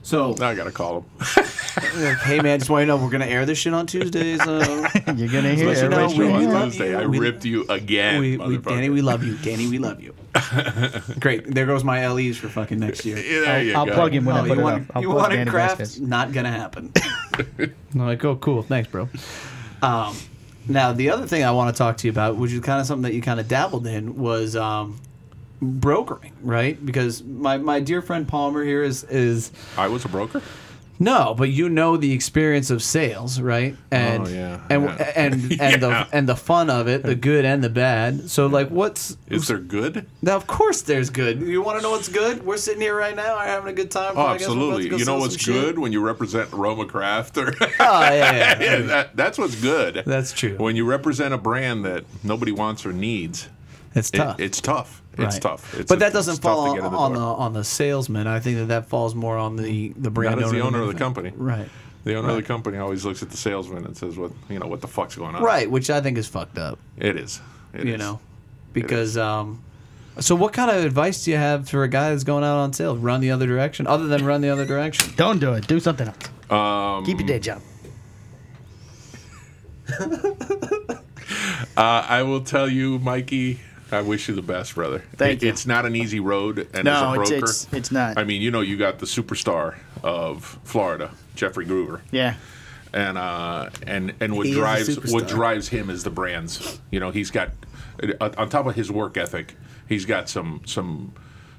Speaker 5: So,
Speaker 4: Now I gotta call him.
Speaker 5: hey man, just want you to know we're gonna air this shit on Tuesdays. Uh,
Speaker 3: You're gonna hear
Speaker 5: Especially now
Speaker 3: everybody's
Speaker 5: we
Speaker 4: Show on
Speaker 3: doing
Speaker 5: love
Speaker 3: it.
Speaker 4: Tuesday.
Speaker 5: you.
Speaker 4: I
Speaker 5: We-
Speaker 4: ripped you again,
Speaker 5: we, we,
Speaker 4: motherfucker.
Speaker 5: Danny, we love you. Danny, we love you. Great. There goes my LEs for fucking next year.
Speaker 4: Yeah, there you
Speaker 3: I'll
Speaker 4: go.
Speaker 3: plug him when
Speaker 5: Oh,
Speaker 3: I put
Speaker 5: you
Speaker 3: it
Speaker 5: want,
Speaker 3: up. I'll
Speaker 5: you
Speaker 3: plug
Speaker 5: want
Speaker 3: Danny
Speaker 5: craft?
Speaker 3: Vasquez.
Speaker 5: Not gonna happen. I'm like, oh, cool, thanks, bro. Um, now the other thing I want to talk to you about, which is kind of something that you kind of dabbled in, was um, brokering, right? Because my, my dear friend Palmer here is is
Speaker 4: I was a broker.
Speaker 5: no, but you know the experience of sales, right? And
Speaker 4: Oh, yeah,
Speaker 5: and
Speaker 4: yeah.
Speaker 5: and and
Speaker 4: Yeah.
Speaker 5: the and the fun of it, the good and the bad. So like, what's
Speaker 4: Is there good? Oh,
Speaker 5: now? Of course, there's good. You want to know what's good? We're sitting here right now, we're having a good time.
Speaker 4: Oh,
Speaker 5: I guess we're about to
Speaker 4: absolutely.
Speaker 5: go
Speaker 4: You know
Speaker 5: sell
Speaker 4: what's
Speaker 5: some shit.
Speaker 4: good when you represent Roma Craft or
Speaker 5: Oh yeah, yeah, yeah.
Speaker 4: yeah, that, that's what's good.
Speaker 5: That's true.
Speaker 4: When you represent a brand that nobody wants or needs,
Speaker 5: it's
Speaker 4: it,
Speaker 5: tough.
Speaker 4: it's tough. It's
Speaker 5: Right.
Speaker 4: tough. It's,
Speaker 5: but that
Speaker 4: it's
Speaker 5: doesn't
Speaker 4: tough
Speaker 5: fall
Speaker 4: to get in
Speaker 5: on the
Speaker 4: door.
Speaker 5: on the salesman. I think that that falls more on the the brand
Speaker 4: Not as
Speaker 5: owner,
Speaker 4: the
Speaker 5: than
Speaker 4: owner of the
Speaker 5: anything.
Speaker 4: company.
Speaker 5: Right.
Speaker 4: The owner of the company always looks at the salesman and says, "What you know? What the fuck's going on?"
Speaker 5: Right, which I think is fucked up.
Speaker 4: It is. It
Speaker 5: you
Speaker 4: is.
Speaker 5: know, because um, so what kind of advice do you have for a guy that's going out on sale? Run the other direction, other than run the other direction.
Speaker 3: Don't do it. Do something else.
Speaker 4: Um,
Speaker 3: Keep your day job.
Speaker 4: Uh, I will tell you, Mikey. I wish you the best, brother.
Speaker 3: Thank
Speaker 4: It-
Speaker 3: you.
Speaker 4: It's not an easy road, and as
Speaker 3: No,
Speaker 4: a
Speaker 3: it's
Speaker 4: broker,
Speaker 3: it's it's not.
Speaker 4: I mean, you know, you got the superstar of Florida, Jeffrey Gruber.
Speaker 3: yeah.
Speaker 4: and uh, and and what
Speaker 5: He is a
Speaker 4: drives what
Speaker 5: superstar.
Speaker 4: drives him is the brands. You know, he's got uh, on top of his work ethic, he's got some some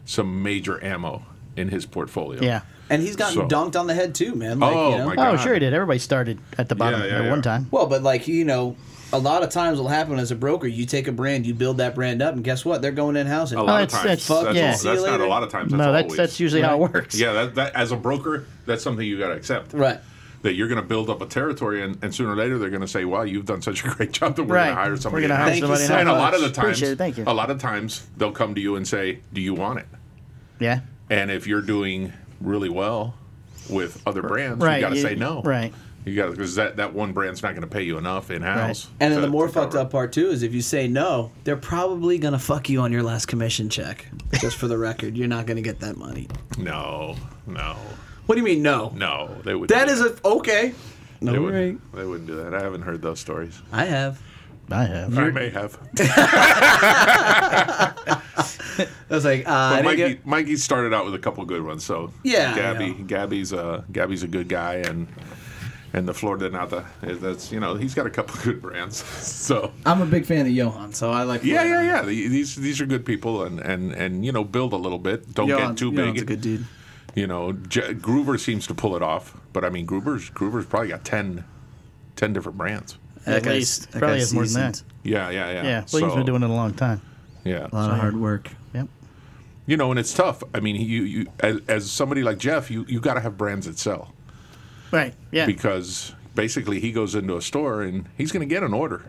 Speaker 4: some major ammo in his portfolio.
Speaker 3: Yeah.
Speaker 5: And he's
Speaker 4: So-
Speaker 5: gotten dunked on the head too, man. Like,
Speaker 4: Oh,
Speaker 5: you know?
Speaker 4: my God.
Speaker 3: Oh, sure he did. Everybody started at the bottom
Speaker 4: Yeah, yeah,
Speaker 3: at one
Speaker 4: yeah.
Speaker 3: time.
Speaker 5: Well, but like you know, a lot of times will happen as a broker. You take a brand, you build that brand up, and guess what? They're going in house.
Speaker 4: A lot
Speaker 3: Oh,
Speaker 4: of
Speaker 3: that's-
Speaker 4: times, that's,
Speaker 3: that's- fuck
Speaker 4: all-
Speaker 3: yeah.
Speaker 4: that's
Speaker 5: See you
Speaker 4: not
Speaker 5: later.
Speaker 4: a lot of times. That's
Speaker 3: no, that's
Speaker 4: always.
Speaker 3: that's usually how it
Speaker 5: Right.
Speaker 3: works.
Speaker 4: yeah. That, that as a broker, that's something you got to accept.
Speaker 5: Right.
Speaker 4: That you're going to build up a territory, and, and sooner or later they're going to say, "Wow, you've done such a great job that we're
Speaker 3: Right.
Speaker 4: going to hire somebody."
Speaker 3: We're gonna
Speaker 4: in-house."
Speaker 3: hire
Speaker 5: Thank you
Speaker 3: somebody.
Speaker 5: so
Speaker 3: in-house.
Speaker 4: and a lot of the
Speaker 5: much.
Speaker 4: times,
Speaker 3: Appreciate it. Thank you.
Speaker 4: a lot of times they'll come to you and say, "Do you want it?"
Speaker 3: Yeah.
Speaker 4: And if you're doing really well with other brands,
Speaker 3: Right.
Speaker 4: you got to
Speaker 3: you-
Speaker 4: say no.
Speaker 3: Right.
Speaker 4: You got to because that, that one brand's not going to pay you enough in house.
Speaker 5: And then the more fucked up part too is if you say no, they're probably gonna fuck you on your last commission check. Just for the record, you're not gonna get that money.
Speaker 4: No, no,
Speaker 5: What do you mean no?
Speaker 4: no. They would.
Speaker 5: That is a okay.
Speaker 4: They,
Speaker 5: No
Speaker 4: would, they wouldn't do that. I haven't heard those stories.
Speaker 5: I have.
Speaker 3: I have.
Speaker 4: I may have.
Speaker 5: I was like, uh,
Speaker 4: But
Speaker 5: I didn't
Speaker 4: Mikey,
Speaker 5: get-
Speaker 4: Mikey started out with a couple good ones. So
Speaker 5: Yeah, I
Speaker 4: Gabby,
Speaker 5: know.
Speaker 4: Gabby's a Gabby's a good guy, and and the Florida Nata. That's you know he's got a couple good brands. So
Speaker 5: I'm a big fan of Johan, so I like.
Speaker 4: Yeah, yeah, yeah. The- These these are good people, and and and you know, build a little bit. Don't
Speaker 5: Johan,
Speaker 4: get too
Speaker 5: Johan's
Speaker 4: big.
Speaker 5: a good dude.
Speaker 4: You know, J- Groover seems to pull it off, but I mean, Groover's Groover's probably got 10, 10 different brands.
Speaker 5: That guy's-
Speaker 3: least.
Speaker 5: that
Speaker 3: Probably
Speaker 5: guy's
Speaker 3: has more than that.
Speaker 5: seasoned.
Speaker 4: Yeah, yeah, yeah.
Speaker 3: Yeah. Well, he's been doing it a long time.
Speaker 4: Yeah,
Speaker 5: A lot of hard work.
Speaker 3: Yep.
Speaker 4: you know, and it's tough. I mean, you you as, as somebody like Jeff, you you got to have brands that sell
Speaker 3: Right. Yeah.
Speaker 4: because basically he goes into a store and he's going to get an order.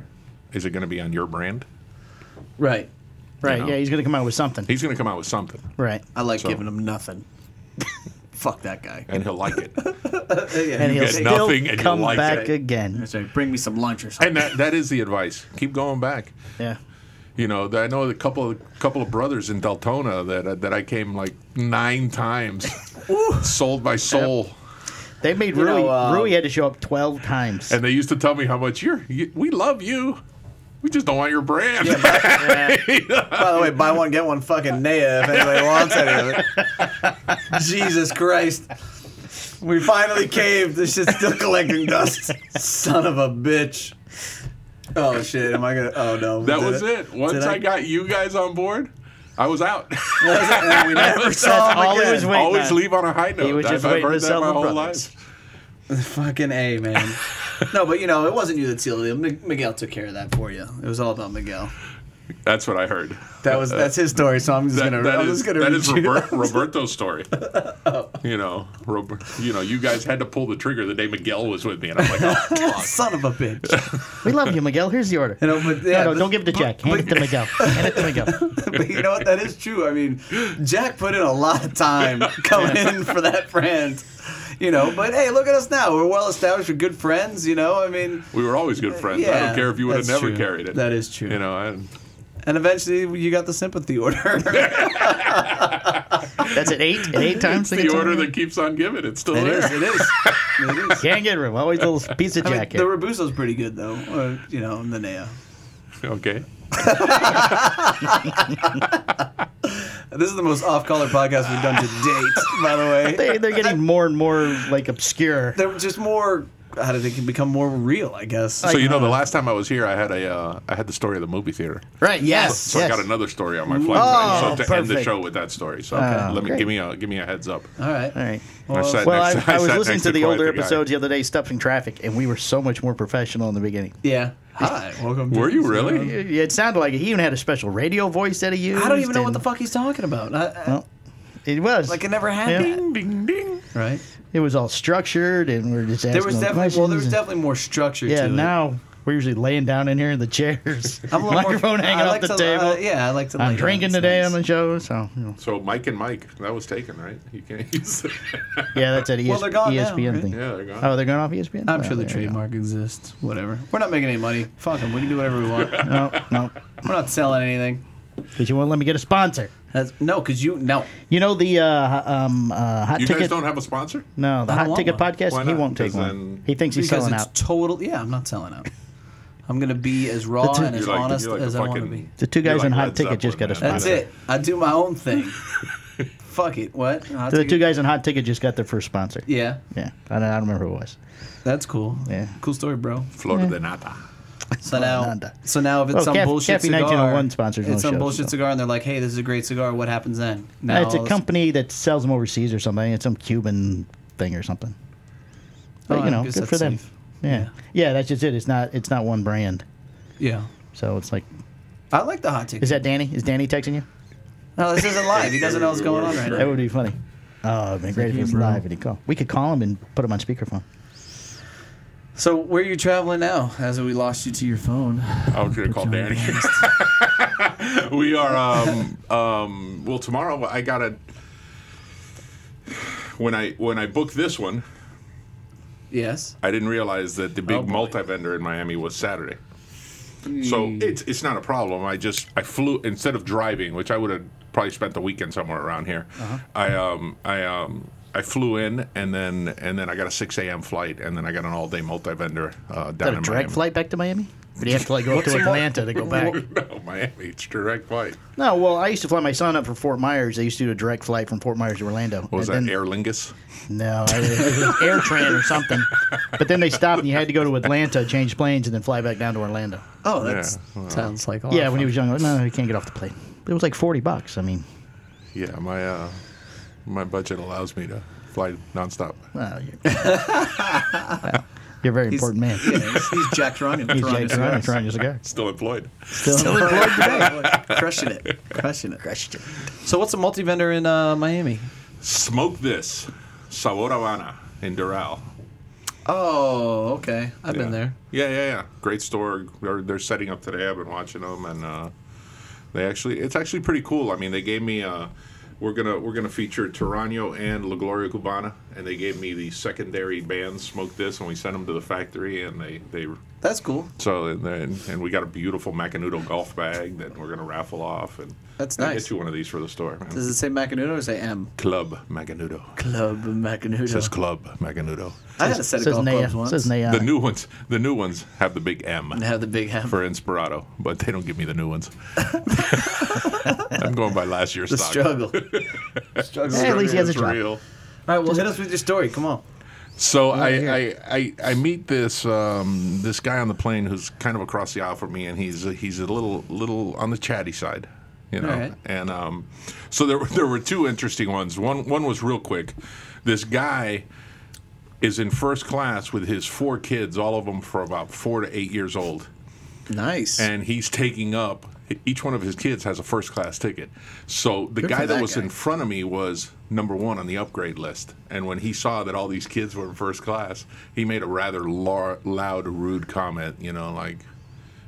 Speaker 4: Is it going to be on your brand?
Speaker 5: Right.
Speaker 3: right.
Speaker 4: know.
Speaker 3: Yeah. He's gonna come out with something.
Speaker 4: He's going to come out with something,
Speaker 3: right.
Speaker 5: I like
Speaker 4: So-
Speaker 5: giving him nothing. Fuck that guy.
Speaker 4: and he'll like it.
Speaker 3: And he'll
Speaker 4: get
Speaker 3: still
Speaker 4: nothing and
Speaker 3: come
Speaker 4: you'll like it.
Speaker 3: back again.
Speaker 5: That's right. Bring me some lunch or something.
Speaker 4: and that, that is the advice. Keep going back.
Speaker 3: Yeah.
Speaker 4: You know, I know a couple of couple of brothers in Deltona that that I came like nine times, sold my soul,
Speaker 3: They made Rui.
Speaker 5: know, uh,
Speaker 3: Rui had to show up twelve times.
Speaker 4: and they used to tell me how much you're. You, we love you, we just don't want your brand.
Speaker 5: By the way, buy one get one fucking Nea if anybody wants any of it. Jesus Christ. We finally caved. This shit's still collecting dust. Son of a bitch. Oh shit! Am I gonna? Oh no!
Speaker 4: that
Speaker 5: Did
Speaker 4: was it. Once
Speaker 5: Did
Speaker 4: I, got you guys on board, I was out.
Speaker 5: That was it, and we never saw him
Speaker 3: all he
Speaker 5: again.
Speaker 3: was waiting
Speaker 4: Always
Speaker 3: on.
Speaker 4: leave on a high note.
Speaker 3: was just
Speaker 4: I've, I've
Speaker 3: waiting
Speaker 4: heard
Speaker 3: to
Speaker 4: that
Speaker 3: sell
Speaker 4: my
Speaker 3: the
Speaker 4: whole
Speaker 3: brothers.
Speaker 4: life.
Speaker 5: Fucking A, man. no, but you know, it wasn't you that sealed the deal. Mi- Miguel took care of that for you. It was all about Miguel.
Speaker 4: That's what I heard.
Speaker 5: That was that's his story, so I'm just
Speaker 4: That,
Speaker 5: gonna
Speaker 4: that
Speaker 5: I'm
Speaker 4: is,
Speaker 5: just gonna
Speaker 4: that
Speaker 5: read
Speaker 4: is
Speaker 5: you.
Speaker 4: Robert, Roberto's story. You know, Robert, you know, you guys had to pull the trigger the day Miguel was with me, and I'm like, oh, fuck.
Speaker 5: Son of a bitch.
Speaker 3: we love you, Miguel. Here's the order.
Speaker 5: You know, but yeah,
Speaker 3: no, no,
Speaker 5: but-
Speaker 3: don't give it to Jack. Hand it to Miguel. Hand it to Miguel.
Speaker 5: but you know what? That is true. I mean, Jack put in a lot of time coming in for that brand. You know, but hey, look at us now. We're well established. We're good friends. You know, I mean,
Speaker 4: We were always good friends. I
Speaker 5: Yeah,
Speaker 4: don't care if you would have
Speaker 5: that's
Speaker 4: never
Speaker 5: true.
Speaker 4: carried it.
Speaker 5: That is true.
Speaker 4: You know, I,
Speaker 5: and eventually you got the sympathy order.
Speaker 3: That's at eight. At eight times. I
Speaker 4: the
Speaker 3: think it's
Speaker 4: order
Speaker 3: on.
Speaker 4: that keeps on giving. It's still
Speaker 5: It
Speaker 4: there.
Speaker 5: is. It is. It is.
Speaker 3: Can't get rid of. Always a little piece of
Speaker 5: I mean,
Speaker 3: jacket.
Speaker 5: the Robusto's pretty good though, or, you know, and the Nea.
Speaker 4: Okay.
Speaker 5: This is the most off-color podcast we've done to date, by the way.
Speaker 3: they, they're getting more and more like obscure.
Speaker 5: They're just more. How do they can become more real? I guess.
Speaker 4: So you know, the
Speaker 3: uh,
Speaker 4: last time I was here, I had a uh, I had the story of the movie theater.
Speaker 3: Right. Yes.
Speaker 4: So I
Speaker 3: yes.
Speaker 4: got another story on my flight.
Speaker 3: Oh,
Speaker 4: so to end the
Speaker 3: perfect.
Speaker 4: show with that story. So
Speaker 3: Oh,
Speaker 4: let me
Speaker 3: great. Oh.
Speaker 4: give me a give me a heads up.
Speaker 5: All right.
Speaker 3: All right.
Speaker 4: I sat
Speaker 3: Well,
Speaker 4: next-
Speaker 3: I, I was
Speaker 4: sat
Speaker 3: listening
Speaker 4: next
Speaker 3: to the
Speaker 4: quite
Speaker 3: older
Speaker 4: guy.
Speaker 3: episodes the other day, stuffing traffic, and we were so much more professional in the beginning.
Speaker 5: Yeah. Hi. Welcome. to-
Speaker 4: Were you really?
Speaker 3: It it sounded like he even had a special radio voice that he used.
Speaker 5: I don't even know what
Speaker 3: and-
Speaker 5: the fuck he's talking about. I, I,
Speaker 3: Well, it was
Speaker 5: like it never
Speaker 3: Yeah.
Speaker 4: Ding
Speaker 5: happened.
Speaker 4: ding ding.
Speaker 5: Right.
Speaker 3: It was all structured, and we are just asking
Speaker 5: There was
Speaker 3: them
Speaker 5: definitely well, there
Speaker 3: questions
Speaker 5: was
Speaker 3: and-
Speaker 5: definitely more structure
Speaker 3: yeah.
Speaker 5: to it.
Speaker 3: Now we're usually laying down in here in the chairs,
Speaker 5: I'm a little more-
Speaker 3: microphone hanging
Speaker 5: I
Speaker 3: off
Speaker 5: like
Speaker 3: the
Speaker 5: to-
Speaker 3: table.
Speaker 5: uh, yeah, I like to.
Speaker 3: I'm
Speaker 5: like
Speaker 3: drinking
Speaker 5: that. It's
Speaker 3: today
Speaker 5: nice.
Speaker 3: on the show, so you know.
Speaker 4: So Mike and Mike, that was taken, right? You can't use.
Speaker 3: yeah, that's at E ES-
Speaker 5: Well, they're gone now,
Speaker 3: ESPN
Speaker 5: right?
Speaker 3: thing.
Speaker 4: yeah, they're gone.
Speaker 3: Oh, they're going off ESPN.
Speaker 5: I'm
Speaker 3: Oh,
Speaker 5: sure
Speaker 3: there you
Speaker 5: the
Speaker 3: go.
Speaker 5: trademark exists. Whatever. We're not making any money. Fuck them. We can do whatever we want. We're
Speaker 3: No, no,
Speaker 5: not selling anything.
Speaker 3: because you won't let me get a sponsor.
Speaker 5: That's, no, because you no.
Speaker 3: You know the uh, um, uh, hot
Speaker 4: you
Speaker 3: ticket.
Speaker 4: guys don't have a sponsor?
Speaker 3: no, the
Speaker 5: I don't
Speaker 3: hot
Speaker 5: want
Speaker 3: ticket
Speaker 5: one.
Speaker 4: Why
Speaker 3: podcast. He
Speaker 4: not?
Speaker 3: won't take
Speaker 4: Because
Speaker 3: one.
Speaker 4: then-
Speaker 3: He thinks he's
Speaker 5: because
Speaker 3: selling
Speaker 5: it's
Speaker 3: out.
Speaker 5: total. Yeah, I'm not selling out. I'm gonna be as raw
Speaker 3: two-
Speaker 5: and as
Speaker 4: You're like-
Speaker 5: honest
Speaker 4: you're like
Speaker 5: as
Speaker 4: a
Speaker 5: I want to
Speaker 4: fucking-
Speaker 5: be.
Speaker 3: The two guys
Speaker 4: You're
Speaker 3: on
Speaker 4: like
Speaker 3: hot
Speaker 4: Led
Speaker 3: ticket just
Speaker 4: Zeppelin,
Speaker 3: got a
Speaker 4: man.
Speaker 3: sponsor.
Speaker 5: That's it. I do my own thing. Fuck it. What? I'll
Speaker 3: The
Speaker 5: take
Speaker 3: two
Speaker 5: it.
Speaker 3: guys on hot ticket just got their first sponsor.
Speaker 5: Yeah,
Speaker 3: Yeah, I don't, I don't remember who it was.
Speaker 5: that's cool.
Speaker 3: Yeah.
Speaker 5: cool story, bro.
Speaker 4: Florida de Nata.
Speaker 5: So now,
Speaker 3: Nanda.
Speaker 5: so now if it's
Speaker 3: Well,
Speaker 5: some
Speaker 3: Caf-
Speaker 5: bullshit
Speaker 3: Cafe
Speaker 5: cigar,
Speaker 3: 1901 sponsors all
Speaker 5: it's some
Speaker 3: shows,
Speaker 5: bullshit
Speaker 3: so.
Speaker 5: cigar, and they're like, "Hey, this is a great cigar. What happens then?" Now
Speaker 3: it's a
Speaker 5: all this-
Speaker 3: company that sells them overseas or something. It's some Cuban thing or something. But
Speaker 5: Oh, I
Speaker 3: you know,
Speaker 5: guess
Speaker 3: good
Speaker 5: that's
Speaker 3: for them.
Speaker 5: safe.
Speaker 3: Yeah. yeah, that's just it. It's not. It's not one brand.
Speaker 5: Yeah,
Speaker 3: So it's like,
Speaker 5: I like the hot ticket.
Speaker 3: is that Danny? Is Danny texting you?
Speaker 5: no, this isn't live. He doesn't know what's going on right
Speaker 3: That
Speaker 5: now.
Speaker 3: would be funny. Oh, it'd been great if it was
Speaker 5: bro.
Speaker 3: live and he called. We could call him and put him on speakerphone.
Speaker 5: So where are you traveling now? As we lost you to your phone.
Speaker 4: I was going to call Danny. we are. Um, um, well, tomorrow I got to. When I when I booked this one,
Speaker 5: Yes.
Speaker 4: I didn't realize that the big
Speaker 5: Oh, boy.
Speaker 4: multi-vendor in Miami was Saturday.
Speaker 3: Hmm.
Speaker 4: So it's it's not a problem. I just I flew instead of driving, which I would have probably spent the weekend somewhere around here.
Speaker 3: Uh-huh.
Speaker 4: I um I um I flew in and then and then I got a six a.m. flight and then I got an all-day multi-vendor uh, down
Speaker 3: Is that a
Speaker 4: in
Speaker 3: direct
Speaker 4: Miami.
Speaker 3: flight back to Miami? Or do you have to like go up to Atlanta to go back?
Speaker 4: no, Miami, it's direct flight.
Speaker 3: No, well, I used to fly my son up from Fort Myers. I used to do a direct flight from Fort Myers to Orlando.
Speaker 4: What was
Speaker 3: And
Speaker 4: that
Speaker 3: then-
Speaker 4: Aer Lingus?
Speaker 3: No, I- it was Air Tran or something. But then they stopped, and you had to go to Atlanta, change planes, and then fly back down to Orlando.
Speaker 5: Oh, that sounds like awful.
Speaker 3: yeah, when he was young, I was like, no, he can't get off the plane. It was like forty bucks. I mean,
Speaker 4: Yeah, my uh, my budget allows me to fly nonstop.
Speaker 3: well, you're, Well, you're a very important man.
Speaker 5: Yeah, he's, he's Jack Ryan.
Speaker 3: He's Jack Ryan, trying to cigar.
Speaker 4: Still employed.
Speaker 3: Still,
Speaker 5: Crushing it. Crushing it. Crushed it. So what's a multi-vendor in uh, Miami?
Speaker 4: Smoke this, Sabor Habana in Doral.
Speaker 5: Oh, okay. I've
Speaker 4: Yeah.
Speaker 5: been there.
Speaker 4: Yeah, yeah, yeah. Great store. They're, they're setting up today. I've been watching them, and uh, they actually it's actually pretty cool. I mean, they gave me uh, we're gonna we're gonna feature Tarano and La Gloria Cubana, and they gave me the secondary bands Smoke This, and we sent them to the factory, and they they
Speaker 5: That's cool.
Speaker 4: so and then and we got a beautiful Macanudo golf bag that we're gonna raffle off, and
Speaker 5: That's
Speaker 4: I'll
Speaker 5: nice.
Speaker 4: get you one of these for the store. man.
Speaker 5: Does it say Macanudo or say M?
Speaker 4: Club Macanudo.
Speaker 5: Club Macanudo.
Speaker 4: Says Club Macanudo.
Speaker 5: I had a set of
Speaker 3: says
Speaker 5: golf
Speaker 3: Naya.
Speaker 5: clubs once.
Speaker 3: Says Naya.
Speaker 4: The new ones, the new ones have the big M.
Speaker 5: and have the big hammer.
Speaker 4: for Inspirato, but they don't give me the new ones. I'm going by last year's
Speaker 5: The
Speaker 4: stock.
Speaker 5: struggle. struggle.
Speaker 3: Hey, at least he has a
Speaker 4: It's
Speaker 3: job.
Speaker 4: real.
Speaker 5: All right, well, hit us with your story. Come on.
Speaker 4: So I, I, I, I meet this um, this guy on the plane who's kind of across the aisle from me, and he's he's a little little on the chatty side, you know.
Speaker 5: All right.
Speaker 4: And um, so there were- there were two interesting ones. One one was real quick. This guy is in first class with his four kids, all of them for about four to eight years old.
Speaker 5: Nice.
Speaker 4: and he's taking up each one of his kids has a first class ticket. So the
Speaker 5: Good for
Speaker 4: guy that
Speaker 5: that
Speaker 4: was
Speaker 5: guy.
Speaker 4: in front of me was number one on the upgrade list. And when he saw that all these kids were in first class, he made a rather lar- loud, rude comment, you know, like,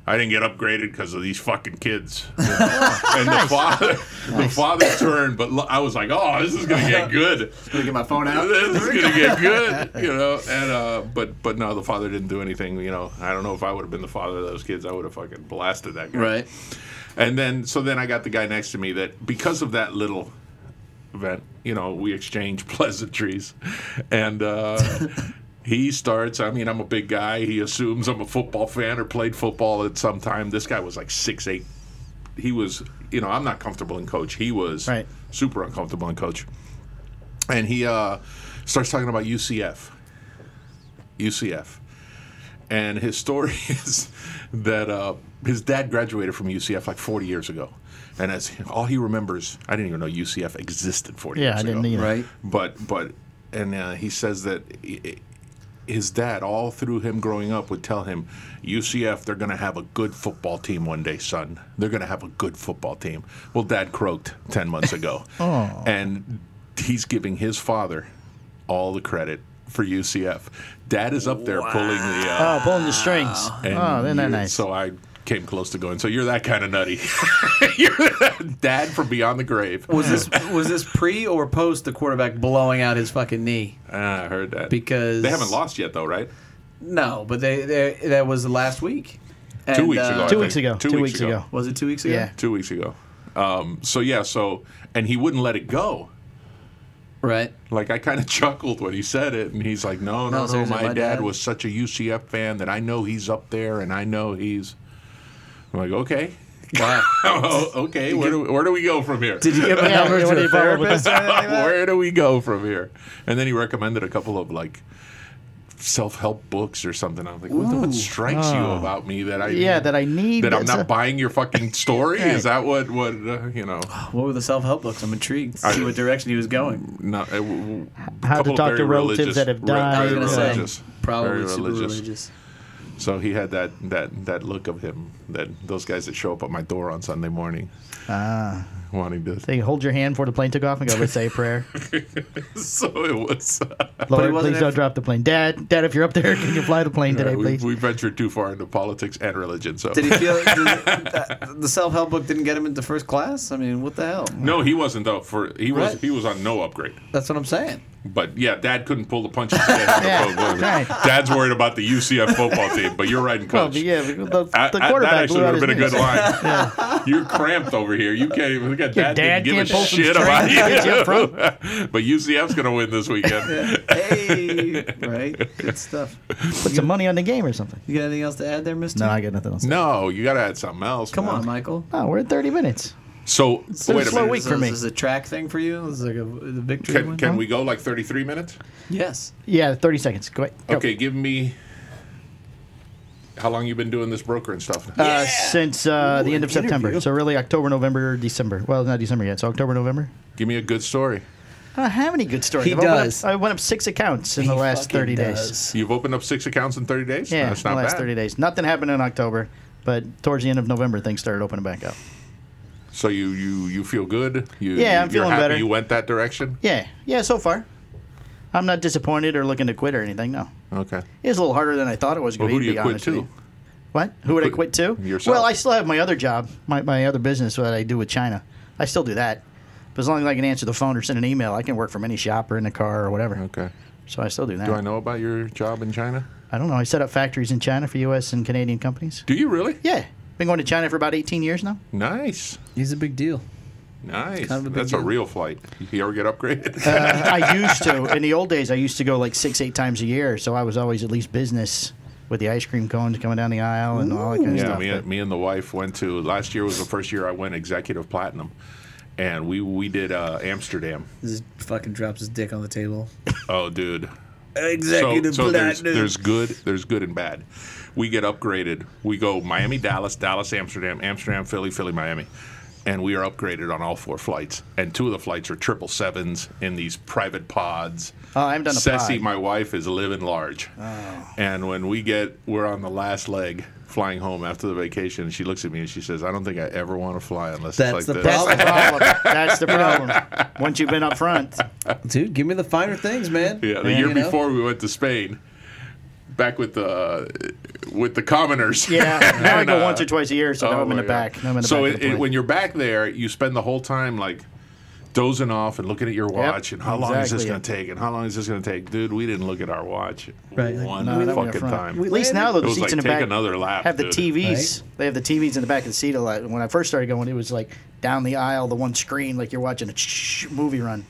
Speaker 4: I didn't get upgraded because of these fucking kids. You know? and the father, the father turned, but lo- I was like, oh, this is gonna get good.
Speaker 5: gonna get my phone out.
Speaker 4: This is gonna get good, you know. And uh, but but no, the father didn't do anything. You know, I don't know if I would have been the father of those kids, I would have fucking blasted that guy.
Speaker 5: Right.
Speaker 4: And then so then I got the guy next to me that because of that little event. You know, we exchange pleasantries, and uh, he starts. I mean, I'm a big guy. He assumes I'm a football fan or played football at some time. This guy was like six eight. He was, you know, I'm not comfortable in coach. He was
Speaker 3: Right.
Speaker 4: super uncomfortable in coach, and he uh, starts talking about UCF. UCF. And his story is that uh, his dad graduated from UCF like 40 years ago. And as all he remembers, I didn't even know UCF existed 40
Speaker 3: Yeah,
Speaker 4: years
Speaker 3: I
Speaker 4: ago.
Speaker 3: didn't either.
Speaker 5: right?
Speaker 4: But, but, and uh, he says that i- i- his dad, all through him growing up, would tell him, UCF, they're going to have a good football team one day, son. They're going to have a good football team. Well, dad croaked 10 months ago.
Speaker 3: Oh.
Speaker 4: And he's giving his father all the credit for UCF. Dad is up there pulling the. Uh,
Speaker 3: Oh, pulling the strings.
Speaker 4: and
Speaker 3: oh, then that
Speaker 4: you-
Speaker 3: nice.
Speaker 4: So I came close to going. So you're that kind of nutty. you're that dad from beyond the grave.
Speaker 5: Was this was this pre or post the quarterback blowing out his fucking knee?
Speaker 4: Ah, I heard that
Speaker 5: Because
Speaker 4: they haven't lost yet, though, right?
Speaker 5: No, but they, they that was last week.
Speaker 4: Two
Speaker 5: And,
Speaker 4: weeks
Speaker 5: uh,
Speaker 4: ago. I
Speaker 3: two
Speaker 4: think.
Speaker 3: weeks ago. Two, weeks, ago.
Speaker 5: Was it two weeks ago?
Speaker 3: Yeah.
Speaker 4: Two weeks ago. Um, so yeah. So and he wouldn't let it go.
Speaker 5: Right.
Speaker 4: Like I kind of chuckled when he said it, and he's like, "No,
Speaker 5: No,
Speaker 4: no, no.
Speaker 5: seriously,
Speaker 4: my,
Speaker 5: my
Speaker 4: dad,
Speaker 5: dad-
Speaker 4: was such a UCF fan that I know he's up there, and I know he's." I'm like, okay,
Speaker 5: Wow.
Speaker 4: oh, okay. Where do, where do we go from here?
Speaker 5: Did you give him
Speaker 3: Yeah,
Speaker 5: numbers
Speaker 3: what do
Speaker 5: to a
Speaker 3: you follow with
Speaker 5: therapist or anything like that?
Speaker 4: Where do we go from here? And then he recommended a couple of like self help books or something. I'm like, what, the- what strikes you about me that I
Speaker 3: Oh. Yeah, that I need.
Speaker 4: that I'm
Speaker 3: that's
Speaker 4: not
Speaker 3: a-
Speaker 4: buying your fucking story?
Speaker 3: Right.
Speaker 4: Is that what what uh, you know?
Speaker 5: What were the self help books? I'm intrigued to see what direction he was going.
Speaker 4: Not, uh, w- w-
Speaker 3: How to
Speaker 4: couple of
Speaker 3: talk
Speaker 4: very
Speaker 3: to relatives
Speaker 4: religious-
Speaker 3: that have
Speaker 4: re-
Speaker 3: died.
Speaker 5: I
Speaker 4: very
Speaker 5: was gonna say
Speaker 4: religious,
Speaker 5: probably
Speaker 4: very
Speaker 5: super
Speaker 4: religious.
Speaker 5: religious.
Speaker 4: So he had that that that look of him that those guys that show up at my door on Sunday morning, ah, wanting to.
Speaker 3: They hold your hand before the plane took off and go, let's say a prayer.
Speaker 4: So it was.
Speaker 3: Lord,
Speaker 5: wasn't
Speaker 3: please don't
Speaker 5: if-
Speaker 3: drop the plane. Dad, Dad, if you're up there, can you fly the plane today,
Speaker 4: we,
Speaker 3: please?
Speaker 4: we ventured too far into politics and religion. So
Speaker 5: Did he feel did, that, the self help book didn't get him into first class? I mean, what the hell?
Speaker 4: No, he wasn't though. For he was
Speaker 5: Right.
Speaker 4: he was on no upgrade.
Speaker 5: That's what I'm saying.
Speaker 4: But yeah, Dad couldn't pull the punches. To get him to
Speaker 3: Yeah,
Speaker 4: vote, wasn't he?
Speaker 3: right.
Speaker 4: Dad's worried about the UCF football team. But you're right, and
Speaker 3: Well,
Speaker 4: coach.
Speaker 3: but yeah, the, the
Speaker 4: I- I-
Speaker 3: quarterback
Speaker 4: that actually
Speaker 3: blew out
Speaker 4: would have
Speaker 3: his
Speaker 4: been a
Speaker 3: knees.
Speaker 4: good line. You're cramped over here. You can't even. Look at
Speaker 3: Your
Speaker 4: Dad,
Speaker 3: dad
Speaker 4: didn't
Speaker 3: can't
Speaker 4: give
Speaker 3: pull
Speaker 4: a
Speaker 3: some
Speaker 4: shit
Speaker 3: strings
Speaker 4: about
Speaker 3: to get you up
Speaker 4: you. but UCF's gonna win this weekend.
Speaker 5: Hey, right? Good stuff.
Speaker 3: Put some money on the game or something.
Speaker 5: You got anything else to add there, Mister?
Speaker 3: No, I got nothing else.
Speaker 4: No, you gotta add something else.
Speaker 5: Come
Speaker 4: man.
Speaker 5: on, Michael.
Speaker 3: Oh, we're at 30 minutes.
Speaker 4: So wait a
Speaker 3: slow
Speaker 4: minute.
Speaker 3: week
Speaker 5: So
Speaker 3: for me.
Speaker 5: Is this a track thing for you? Is this like a the victory
Speaker 4: Can,
Speaker 5: one?
Speaker 4: can we go like 33 minutes?
Speaker 5: Yes.
Speaker 3: Yeah, 30 seconds. Go ahead. Go.
Speaker 4: Okay, give me. How long you been doing this broker and stuff?
Speaker 3: Uh, Since uh, the end of September. So really October, November, December. Well, not December yet. So October, November.
Speaker 4: Give me a good story.
Speaker 3: I don't have any good stories.
Speaker 5: He
Speaker 3: I've opened up-
Speaker 5: does.
Speaker 3: I went up six accounts in the
Speaker 5: He
Speaker 3: last
Speaker 5: fucking
Speaker 3: 30 days.
Speaker 5: does.
Speaker 4: You've opened up six accounts in 30 days?
Speaker 3: Yeah,
Speaker 4: That's
Speaker 3: in
Speaker 4: not
Speaker 3: the last
Speaker 4: bad.
Speaker 3: 30 days. Nothing happened in October, but towards the end of November, things started opening back up.
Speaker 4: So you, you, you feel good? You,
Speaker 3: Yeah, I'm
Speaker 4: you're
Speaker 3: feeling
Speaker 4: happy
Speaker 3: better.
Speaker 4: You went that direction?
Speaker 3: Yeah, yeah, so far. I'm not disappointed or looking to quit or anything, no.
Speaker 4: Okay.
Speaker 3: It was a little harder than I thought it was
Speaker 4: Well,
Speaker 3: going
Speaker 4: who
Speaker 3: to
Speaker 4: do
Speaker 3: be.
Speaker 4: you quit
Speaker 3: honest with
Speaker 4: to?
Speaker 3: you. What? Who would I quit to?
Speaker 4: Yourself.
Speaker 3: Well, I still have my other job, my, my other business that I do with China. I still do that. But as long as I can answer the phone or send an email, I can work from any shop or in the car or whatever.
Speaker 4: Okay.
Speaker 3: So I still do that.
Speaker 4: Do I know about your job in China?
Speaker 3: I don't know. I set up factories in China for U.S. and Canadian companies.
Speaker 4: Do you really?
Speaker 3: Yeah. Been going to China for about 18 years now.
Speaker 4: Nice.
Speaker 5: He's a big deal.
Speaker 4: Nice.
Speaker 5: Kind of a big
Speaker 4: That's a
Speaker 5: deal.
Speaker 4: real flight. You ever get upgraded?
Speaker 3: Uh, I used to. In the old days, I used to go like six, eight times a year. So I was always at least business with the ice cream cones coming down the aisle and all that kind of
Speaker 4: yeah,
Speaker 3: stuff.
Speaker 4: me, and, me and the wife went to, last year was the first year I went executive platinum. And we, we did uh, Amsterdam.
Speaker 5: Just fucking drops his dick on the table.
Speaker 4: Oh, dude. so,
Speaker 5: Executive
Speaker 4: so there's, there's good there's good and bad we get upgraded we go miami dallas dallas amsterdam amsterdam philly philly miami and we are upgraded on all four flights and two of the flights are triple sevens in these private pods
Speaker 3: Oh, I haven't done a
Speaker 4: Ceci,
Speaker 3: pod.
Speaker 4: my wife is living large and when we get we're on the last leg flying home after the vacation she looks at me and she says i don't think i ever want to fly unless
Speaker 5: That's
Speaker 4: it's
Speaker 5: the
Speaker 4: like this
Speaker 3: That's the problem. That's the problem. Once you've been up front,
Speaker 5: Dude, give me the finer things, man.
Speaker 4: Yeah, the
Speaker 5: Man,
Speaker 4: year
Speaker 5: you know?
Speaker 4: before we went to Spain, back with the with the commoners.
Speaker 3: yeah. Now I
Speaker 4: And,
Speaker 3: go
Speaker 4: uh,
Speaker 3: once or twice a year, so now
Speaker 4: oh
Speaker 3: I'm in
Speaker 4: my
Speaker 3: the
Speaker 4: God.
Speaker 3: back. Now I'm in the
Speaker 4: so
Speaker 3: back.
Speaker 4: it,
Speaker 3: of the
Speaker 4: it-
Speaker 3: plane.
Speaker 4: when you're back there, you spend the whole time like dozing off and looking at your watch and how long is this
Speaker 3: exactly.
Speaker 4: going to take and how long is this going to take, dude? We didn't look at our watch
Speaker 2: Right.
Speaker 4: one
Speaker 3: No, that way up
Speaker 4: fucking
Speaker 3: front.
Speaker 4: time.
Speaker 3: At least now though,
Speaker 4: it
Speaker 3: the
Speaker 4: was
Speaker 3: seats
Speaker 4: like
Speaker 3: in the
Speaker 4: take
Speaker 3: back
Speaker 4: another lap.
Speaker 3: have the
Speaker 4: dude.
Speaker 3: TVs. They have the TVs in the back of the seat a lot. When I first started going, it was like down the aisle, the one screen, like you're watching a sh- movie run.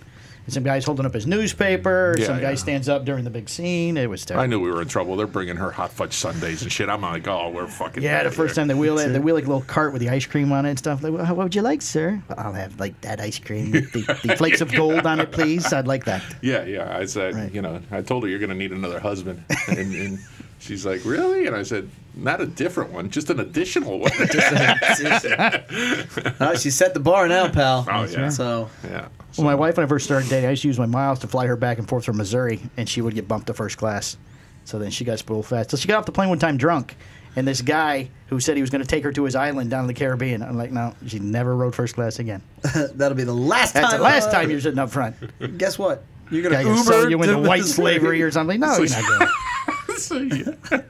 Speaker 3: And some guy's holding up his newspaper.
Speaker 4: Yeah,
Speaker 3: some
Speaker 4: yeah.
Speaker 3: guy stands up during the big scene. It was terrible.
Speaker 4: I knew we were in trouble. They're bringing her hot fudge sundaes and shit. I'm like, oh, we're fucking.
Speaker 3: Yeah,
Speaker 4: outta
Speaker 3: the first
Speaker 4: here.
Speaker 3: time they wheel it, they wheel like a little cart with the ice cream on it and stuff. Like, well, what would you like, sir? I'll have like that ice cream, with the, the flakes of gold on it, please. I'd like that.
Speaker 4: Yeah, yeah. I said,
Speaker 3: Right.
Speaker 4: you know, I told her you're going to need another husband, and, and she's like, really? And I said, not a different one, just an additional one.
Speaker 5: Uh, she set the bar now, pal.
Speaker 4: Oh, yeah.
Speaker 5: So
Speaker 4: yeah.
Speaker 3: Well, my wife, when I first started dating, I used to use my miles to fly her back and forth from Missouri, and she would get bumped to first class. So then she got spoiled fast. So she got off the plane one time drunk, and this guy who said he was going to take her to his island down in the Caribbean, I'm like, no, she never rode first class again.
Speaker 5: that'll be the last
Speaker 3: That's
Speaker 5: time.
Speaker 3: the last time you're sitting up front.
Speaker 5: Guess what? You're gonna
Speaker 3: Guy
Speaker 5: Uber
Speaker 3: gonna sell you into
Speaker 5: to
Speaker 3: white
Speaker 5: Missouri.
Speaker 3: slavery or something. No, you're not going.
Speaker 4: So, yeah.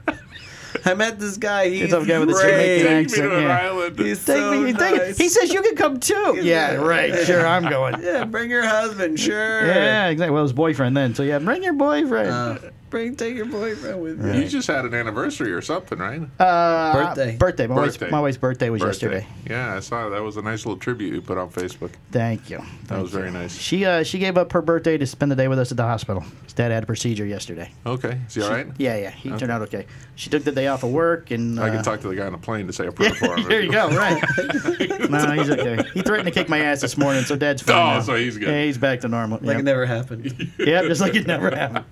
Speaker 5: I met this guy. He's
Speaker 3: It's some guy with a
Speaker 5: great.
Speaker 3: Jamaican
Speaker 4: Take me
Speaker 3: accent.
Speaker 4: to an
Speaker 3: yeah.
Speaker 4: island.
Speaker 5: He's
Speaker 3: Take
Speaker 5: so
Speaker 3: me- take-
Speaker 5: nice.
Speaker 3: He says you can come too. Yeah, right. Sure, I'm going.
Speaker 5: yeah, bring your husband, sure.
Speaker 3: Yeah, exactly. Well, it was boyfriend then. So yeah, bring your boyfriend.
Speaker 5: Uh, bring take your boyfriend with you.
Speaker 4: You just had an anniversary or something, right?
Speaker 3: Uh,
Speaker 5: birthday.
Speaker 3: Birthday. My,
Speaker 4: Birthday.
Speaker 3: Wife's, my wife's birthday was
Speaker 4: Birthday.
Speaker 3: yesterday.
Speaker 4: Yeah, I saw that was a nice little tribute you put on Facebook.
Speaker 3: Thank you.
Speaker 4: That
Speaker 3: Thank
Speaker 4: was
Speaker 3: you.
Speaker 4: very nice.
Speaker 3: She uh, she gave up her birthday to spend the day with us at the hospital. His dad had a procedure yesterday.
Speaker 4: Okay, is he all right?
Speaker 3: Yeah, yeah, he turned out okay. She took the day off of work and. Uh,
Speaker 4: I can talk to the guy on the plane to say a prayer for him.
Speaker 3: There you go. Right. no, he's okay. He threatened to kick my ass this morning, so dad's fine.
Speaker 4: Oh,
Speaker 3: now.
Speaker 4: so he's good.
Speaker 3: Yeah, he's back to normal.
Speaker 5: Like
Speaker 3: yep.
Speaker 5: it never happened.
Speaker 3: Yep, just like it never happened.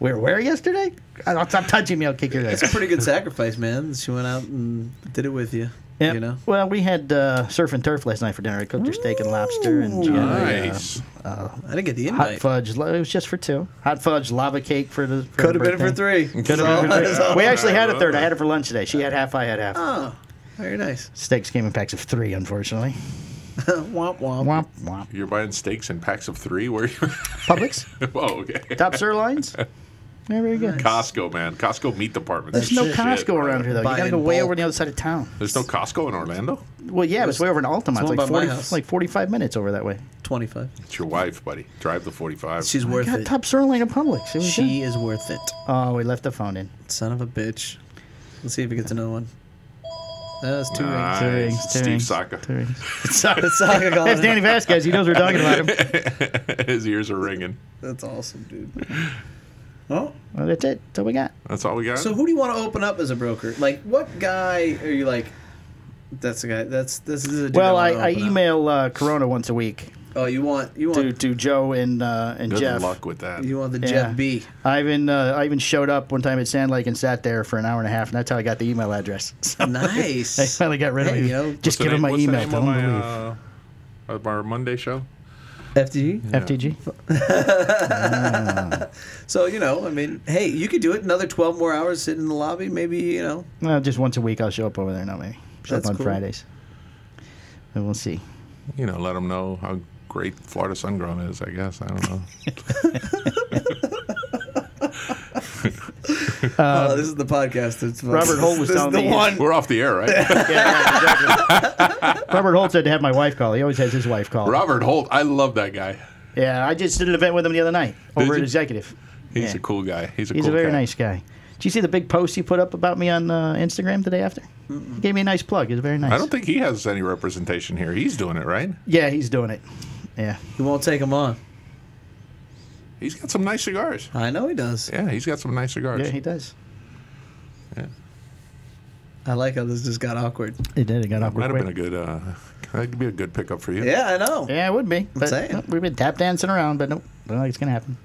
Speaker 3: Where were yesterday? I'll stop touching me. I'll kick your ass.
Speaker 5: It's a pretty good sacrifice, man. She went out and did it with you.
Speaker 3: Yep.
Speaker 5: You know.
Speaker 3: Well, we had uh, surf and turf last night for dinner. I cooked her steak and lobster and uh,
Speaker 4: Nice.
Speaker 5: I didn't get the
Speaker 3: hot
Speaker 5: invite.
Speaker 3: fudge. lo- It was just for two. Hot fudge lava cake for the. For
Speaker 5: Could
Speaker 3: the
Speaker 5: have been for
Speaker 3: birthday.
Speaker 5: three. Could
Speaker 3: have been for three. We actually had
Speaker 4: I
Speaker 3: a third. I
Speaker 4: love
Speaker 3: had it for lunch today. She had half. I had half.
Speaker 5: Oh, very nice.
Speaker 3: Steaks came in packs of three, unfortunately.
Speaker 5: womp womp.
Speaker 3: Womp womp.
Speaker 4: You're buying steaks in packs of three. Where? You...
Speaker 3: Publix,
Speaker 4: oh, okay.
Speaker 3: top sirloins. Yeah, very good.
Speaker 4: Costco, man. Costco meat department.
Speaker 3: There's no
Speaker 4: Shit.
Speaker 3: Costco around here though. You gotta
Speaker 5: Buying
Speaker 3: go way
Speaker 5: bulk.
Speaker 3: over on the other side of town.
Speaker 4: There's no Costco in Orlando.
Speaker 3: Well, yeah, it's way over in Altamont. It's
Speaker 5: one
Speaker 3: like
Speaker 5: by my
Speaker 3: forty,
Speaker 5: house.
Speaker 3: like forty-five minutes over that way.
Speaker 5: Twenty-five.
Speaker 4: It's your wife, buddy. Drive the 45.
Speaker 5: She's
Speaker 3: We
Speaker 5: worth
Speaker 3: got
Speaker 5: it.
Speaker 3: top sirloin at Publix. It was good.
Speaker 5: She is worth it.
Speaker 3: Oh, we left the phone in.
Speaker 5: Son of a bitch. Let's see if he gets another one. That's two
Speaker 4: Nice.
Speaker 5: rings.
Speaker 3: Two rings, two
Speaker 4: Steve
Speaker 3: rings,
Speaker 4: Saka.
Speaker 3: two rings.
Speaker 5: That's, all I got.
Speaker 3: That's Danny Vasquez. He knows we're talking about him.
Speaker 4: His ears are ringing.
Speaker 5: That's awesome, dude. Oh,
Speaker 3: Well, that's it. That's all we got.
Speaker 4: That's all we got.
Speaker 5: so who do you want to open up as a broker? Like, what guy are you like? That's the guy. That's this is a dude
Speaker 3: Well, I,
Speaker 5: wanna
Speaker 3: I
Speaker 5: open up."
Speaker 3: email uh, Corona once a week
Speaker 5: Oh, you want you want
Speaker 3: to, to Joe and uh, and
Speaker 4: Good
Speaker 3: Jeff.
Speaker 4: luck with that.
Speaker 5: you want the
Speaker 3: Yeah.
Speaker 5: Jeff B.
Speaker 3: I even uh, I even showed up one time at Sand Lake and sat there for an hour and a half, and that's how I got the email address. So I
Speaker 5: Nice.
Speaker 3: finally got rid of
Speaker 5: Hey,
Speaker 3: it.
Speaker 5: you know,
Speaker 3: Just
Speaker 4: What's the
Speaker 3: give
Speaker 4: name-
Speaker 3: him my
Speaker 4: what's the
Speaker 3: email.
Speaker 4: name
Speaker 3: Tell
Speaker 4: of
Speaker 3: him
Speaker 4: my,
Speaker 3: to leave.
Speaker 4: uh, of our Monday show.
Speaker 5: FDG.
Speaker 3: FTG.
Speaker 5: So you know, I mean, hey, you could do it another twelve more hours, sit in the lobby, maybe you know.
Speaker 3: Well, just once a week I'll show up over there. No, maybe show
Speaker 5: That's
Speaker 3: up on
Speaker 5: cool.
Speaker 3: Fridays. And we'll see.
Speaker 4: You know, let them know how great Florida Sungrown is. I guess I don't know.
Speaker 5: oh, this is the podcast. It's
Speaker 3: Um, Robert Holt was
Speaker 5: this is
Speaker 3: telling
Speaker 5: the
Speaker 3: me-
Speaker 5: one.
Speaker 4: We're off the air, right?
Speaker 3: Robert Holt said to have my wife call. He always has his wife call.
Speaker 4: Robert Holt. I love that guy.
Speaker 3: yeah, I just did an event with him the other night over at
Speaker 4: you?
Speaker 3: Executive.
Speaker 4: He's
Speaker 3: Yeah.
Speaker 4: a cool guy. He's a
Speaker 3: He's
Speaker 4: cool
Speaker 3: a very
Speaker 4: cat.
Speaker 3: nice guy. Did you see the big post he put up about me on uh, Instagram the day after? He gave me a nice plug. It was very nice.
Speaker 4: I don't think he has any representation here. He's doing it right.
Speaker 3: Yeah, he's doing it. Yeah.
Speaker 5: He won't take him on.
Speaker 4: He's got some nice cigars.
Speaker 5: I know he does.
Speaker 4: Yeah, he's got some nice cigars.
Speaker 3: Yeah, he does.
Speaker 5: I like how this just got awkward.
Speaker 3: It did. It got awkward.
Speaker 4: Might have
Speaker 3: quick.
Speaker 4: been a good. Uh, that could be a good pickup for you.
Speaker 5: Yeah, I know.
Speaker 3: yeah, it would be. But
Speaker 5: saying.
Speaker 3: nope, we've been tap dancing around, but nope. I don't think it's going to happen.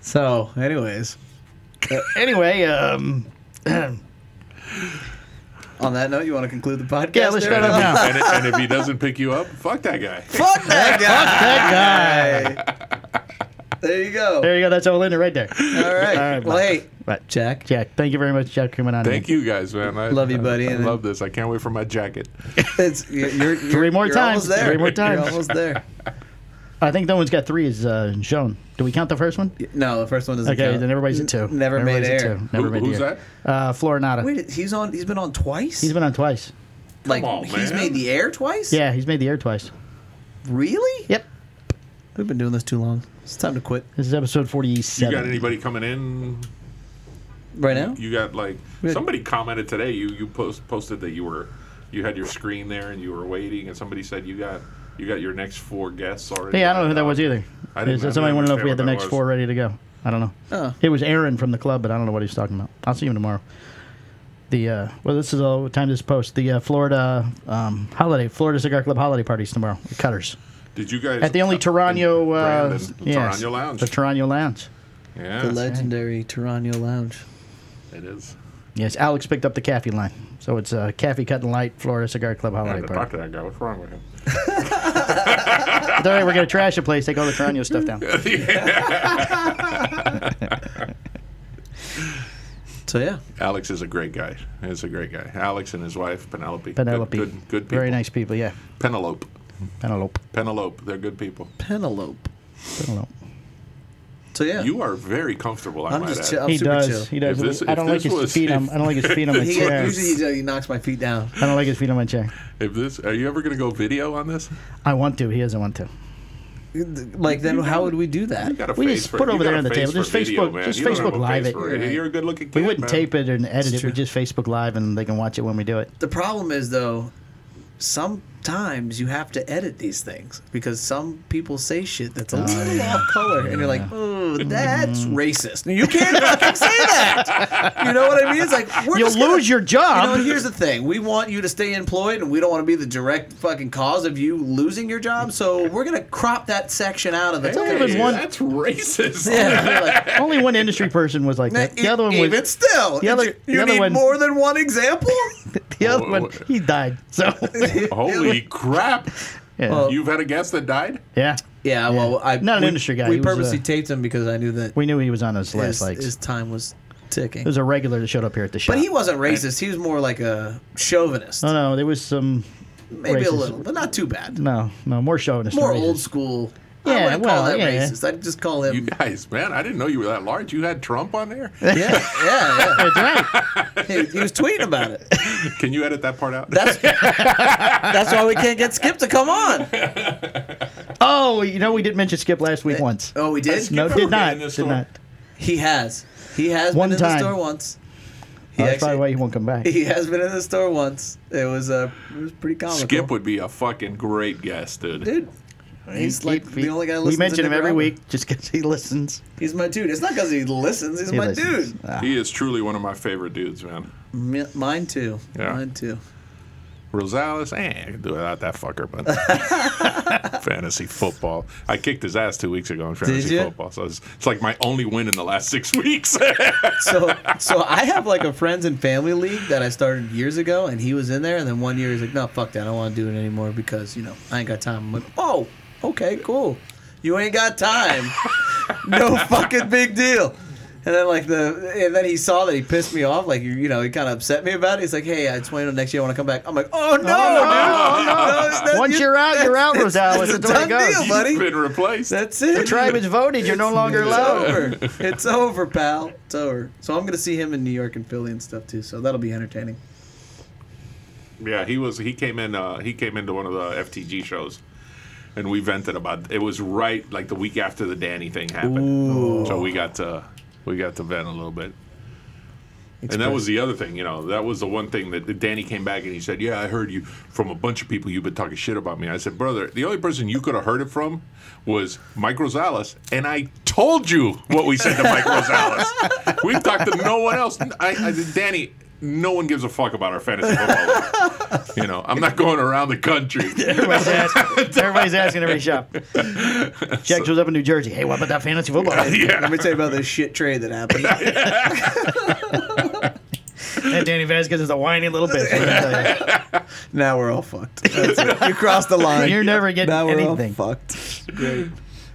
Speaker 5: So, anyways,
Speaker 3: Anyway, um,
Speaker 5: on that note, you want to conclude the podcast?
Speaker 3: Yeah, let's
Speaker 5: there,
Speaker 3: shut up
Speaker 5: Tom?
Speaker 3: now.
Speaker 4: and, i- and if he doesn't pick you up, fuck that guy.
Speaker 5: Fuck that guy.
Speaker 3: that guy.
Speaker 5: there you go.
Speaker 3: There you go. That's all in it right there.
Speaker 5: All right.
Speaker 3: All right,
Speaker 5: well,
Speaker 3: bye.
Speaker 5: hey,
Speaker 3: Right.
Speaker 5: Jack.
Speaker 3: Jack, thank you very much, Jack, for coming on.
Speaker 4: Thank you guys, man. I
Speaker 5: Love you, buddy,
Speaker 4: I, I
Speaker 5: and-
Speaker 4: love this. I can't wait for my jacket.
Speaker 5: It's you're, you're, you're
Speaker 3: Three more
Speaker 5: you're
Speaker 3: times.
Speaker 5: Almost there.
Speaker 3: Three more
Speaker 5: You're
Speaker 3: times.
Speaker 5: almost there.
Speaker 3: I think that one's got three is uh, shown. Do we count the first one?
Speaker 5: No, the first one doesn't
Speaker 3: Okay,
Speaker 5: count.
Speaker 3: then everybody's at two.
Speaker 5: N- never made
Speaker 3: everybody's at
Speaker 5: air.
Speaker 3: two. Never
Speaker 4: Who-
Speaker 3: made the
Speaker 4: who's
Speaker 3: air. Uh, Florinata.
Speaker 5: Wait, he's on. He's been on twice.
Speaker 3: He's been on twice.
Speaker 5: like
Speaker 4: Come on,
Speaker 5: he's
Speaker 4: man.
Speaker 5: made the air twice.
Speaker 3: Yeah, he's made the air twice.
Speaker 5: Really?
Speaker 3: Yep.
Speaker 5: We've been doing this too long. It's time to quit.
Speaker 3: This is episode
Speaker 4: You
Speaker 3: 47.
Speaker 4: got anybody coming in?
Speaker 5: Right now?
Speaker 4: You got like
Speaker 5: had-
Speaker 4: somebody commented today. You you post, posted that you were you had your screen there and you were waiting, and somebody said you got you got your next four guests already.
Speaker 3: Hey, I don't know who that
Speaker 4: lined
Speaker 3: was
Speaker 4: up.
Speaker 3: either.
Speaker 4: I didn't-
Speaker 3: Is-
Speaker 4: I didn't
Speaker 3: somebody want to know if we
Speaker 4: understand
Speaker 3: had
Speaker 4: what that
Speaker 3: the next
Speaker 4: was.
Speaker 3: four ready to go. I don't know.
Speaker 5: Oh.
Speaker 3: It was Aaron from the club, but I don't know what he's talking about. I'll see him tomorrow. The uh, well, this is all the time this post. The uh, Florida um, holiday, Florida Cigar Club holiday parties tomorrow. at Cutters
Speaker 4: Did you guys
Speaker 3: at the only
Speaker 4: uh,
Speaker 3: Tarano, uh,
Speaker 4: Brandon, the
Speaker 3: yes,
Speaker 4: Tarano Lounge?
Speaker 3: the Tarano Lounge.
Speaker 4: yeah,
Speaker 5: The legendary Tarano Lounge.
Speaker 4: it is.
Speaker 3: Yes, Alex picked up the cafe line, so it's uh, cafe cut and light Florida Cigar Club
Speaker 4: I
Speaker 3: holiday
Speaker 4: had to talk
Speaker 3: party.
Speaker 4: to that guy. What's wrong with him?
Speaker 3: It's all right, we're gonna trash the place. Take all the Tarano stuff down.
Speaker 5: So yeah.
Speaker 4: Alex is a great guy. He's a great guy. Alex and his wife Penelope.
Speaker 3: Penelope,
Speaker 4: Good, good, good people.
Speaker 3: very nice people. Yeah,
Speaker 4: Penelope.
Speaker 3: Penelope,
Speaker 4: Penelope. They're good people.
Speaker 5: Penelope.
Speaker 3: Penelope.
Speaker 5: So yeah.
Speaker 4: You are very comfortable. I
Speaker 5: I'm
Speaker 4: might
Speaker 5: just
Speaker 4: add.
Speaker 5: chill. I'm
Speaker 3: He
Speaker 5: super
Speaker 3: does.
Speaker 5: chill.
Speaker 3: He does.
Speaker 4: If this-
Speaker 3: I
Speaker 4: if
Speaker 3: don't like
Speaker 4: this
Speaker 3: his
Speaker 4: was-
Speaker 3: feet. on I don't like his feet on my
Speaker 5: He,
Speaker 3: chair.
Speaker 5: usually he, he knocks my feet down.
Speaker 3: I don't like his feet on my chair.
Speaker 4: If this, are you ever going to go video on this?
Speaker 3: I want to. He doesn't want to.
Speaker 5: Like then, how would we do that?
Speaker 4: You got a
Speaker 3: We
Speaker 4: face
Speaker 3: just
Speaker 4: for,
Speaker 3: put
Speaker 4: you
Speaker 3: over
Speaker 4: got
Speaker 3: there
Speaker 4: a
Speaker 3: on the
Speaker 4: face
Speaker 3: table.
Speaker 4: for
Speaker 3: Just
Speaker 4: video,
Speaker 3: Facebook-
Speaker 4: man.
Speaker 3: just
Speaker 4: You don't have
Speaker 3: Facebook
Speaker 4: a
Speaker 3: Live
Speaker 4: face
Speaker 3: it.
Speaker 4: for You're a good looking kid.
Speaker 3: We wouldn't
Speaker 4: man.
Speaker 3: tape it and edit it.
Speaker 5: true.
Speaker 3: We just Facebook Live and they can watch it when we do it.
Speaker 5: The problem is though, sometimes you have to edit these things because some people say shit that's a
Speaker 4: Oh,
Speaker 5: little off color, and you're like, oh,
Speaker 4: Mm-hmm.
Speaker 5: that's racist. You can't fucking say that. You know what I mean? It's like we're
Speaker 3: You'll
Speaker 5: just gonna-
Speaker 3: lose your
Speaker 5: You
Speaker 3: job.
Speaker 5: know, here's the thing: we want you to stay employed, and we don't want to be the direct fucking cause of you losing your job. So we're gonna crop that section out of the.
Speaker 3: only
Speaker 4: Hey,
Speaker 3: been one-
Speaker 4: That's racist.
Speaker 5: Yeah, like,
Speaker 3: Only one industry person was like that. The
Speaker 5: e-
Speaker 3: other one
Speaker 5: even
Speaker 3: was.
Speaker 5: still,
Speaker 3: the other-
Speaker 5: you,
Speaker 3: the
Speaker 5: you
Speaker 3: other
Speaker 5: need
Speaker 3: one-
Speaker 5: more than one example.
Speaker 3: The other one, he died. So
Speaker 4: Holy crap!
Speaker 3: yeah,
Speaker 5: Well-
Speaker 4: You've had a guest that died.
Speaker 3: yeah,
Speaker 5: yeah, well, I
Speaker 3: Not an
Speaker 5: we-
Speaker 3: industry guy.
Speaker 5: We
Speaker 3: He was,
Speaker 5: purposely
Speaker 3: uh,
Speaker 5: taped him because I knew that
Speaker 3: we knew he was on his last
Speaker 5: his,
Speaker 3: legs.
Speaker 5: his time was ticking.
Speaker 3: it was a regular that showed up here at the show.
Speaker 5: but he wasn't racist. He was more like a chauvinist,
Speaker 3: No, no, there was some.
Speaker 5: maybe a
Speaker 3: racist.
Speaker 5: little, but not too bad.
Speaker 3: No, no, more chauvinist.
Speaker 5: More
Speaker 3: than racist.
Speaker 5: old school.
Speaker 3: Yeah,
Speaker 5: I wouldn't
Speaker 3: well,
Speaker 5: call that
Speaker 3: yeah.
Speaker 5: racist. I'd just call
Speaker 4: You
Speaker 5: him.
Speaker 4: guys, man, I didn't know you were that large. You had Trump on there.
Speaker 5: yeah, yeah,
Speaker 3: That's right.
Speaker 5: yeah. He, he was tweeting about it.
Speaker 4: Can you edit that part out?
Speaker 5: That's that's why we can't get Skip to come on.
Speaker 3: Oh, you know, we did mention Skip last week once.
Speaker 5: Oh, we did.
Speaker 3: no,
Speaker 4: Skip
Speaker 3: did
Speaker 4: Rogan
Speaker 3: not.
Speaker 4: in this
Speaker 3: Did
Speaker 4: store.
Speaker 3: not.
Speaker 5: He has. He has
Speaker 3: One
Speaker 5: been in
Speaker 3: time.
Speaker 5: the store once. He
Speaker 3: Oh, that's
Speaker 5: actually-
Speaker 3: probably why he won't come back.
Speaker 5: He has been in the store once. It was uh, it was pretty comical.
Speaker 4: Skip would be a fucking great guest, dude.
Speaker 5: dude. He's
Speaker 3: He-
Speaker 5: like
Speaker 3: he-
Speaker 5: the only guy. That
Speaker 3: We
Speaker 5: listens to
Speaker 3: mention him
Speaker 5: Nick
Speaker 3: every
Speaker 5: Robin.
Speaker 3: week just because he listens.
Speaker 5: He's my dude. It's not because he listens. He's
Speaker 3: He
Speaker 5: my
Speaker 3: listens. Ah.
Speaker 4: He is truly one of my favorite dudes, man.
Speaker 5: dude. M- mine too.
Speaker 4: Yeah.
Speaker 5: Mine too.
Speaker 4: Rosales, eh, I can do without that fucker, but fantasy football. I kicked his ass two weeks ago in fantasy
Speaker 5: you?
Speaker 4: football, so it's, it's like my only win in the last six weeks.
Speaker 5: So so I have like a friends and family league that I started years ago, and he was in there, and then one year he's like, no, fuck that, I don't want to do it anymore because you know I ain't got time. I'm like, oh, okay, cool. You ain't got time. no fucking big deal. And then like the and then he saw that he pissed me off, like you, you know, he kind of upset me about it. He's like, hey, I just waited until next year. I want to come back. I'm like, oh no, dude. no, that-
Speaker 3: Once
Speaker 5: you-
Speaker 3: you're out, you're out, Rosales.
Speaker 5: it's a
Speaker 3: That's the way it
Speaker 5: done
Speaker 3: goes.
Speaker 5: deal. buddy.
Speaker 4: You've been replaced.
Speaker 5: That's it.
Speaker 3: The tribe has voted. You're no longer allowed.
Speaker 5: It's over. It's over, pal. It's over. So I'm gonna see him in New York and Philly and stuff too. So that'll be entertaining.
Speaker 4: Yeah, he was. He came in. Uh, he came into one of the FTG shows, and we vented about. It was right like the week after the Danny thing happened, so we got to we got to vent a little bit. And that was the other thing, you know. That was the one thing that Danny came back and he said, "Yeah, I heard you from a bunch of people. You've been talking shit about me." I said, "Brother, the only person you could have heard it from was Mike Rosales, and I told you what we said to Mike Rosales. We talked to no one else. I, I said, Danny." No one gives a fuck about our fantasy football. league." you know, I'm not going around the country.
Speaker 3: Everybody's asking, everybody's asking every shop. Jack shows up in New Jersey. Hey, what about that fantasy football?
Speaker 4: yeah.
Speaker 5: Let me tell you about this shit trade that happened.
Speaker 3: and Danny Vasquez is a whiny little bitch. let me tell you.
Speaker 5: now we're all fucked. That's it. You crossed the line.
Speaker 3: You're never getting
Speaker 5: now we're
Speaker 3: anything.
Speaker 5: all fucked. Great.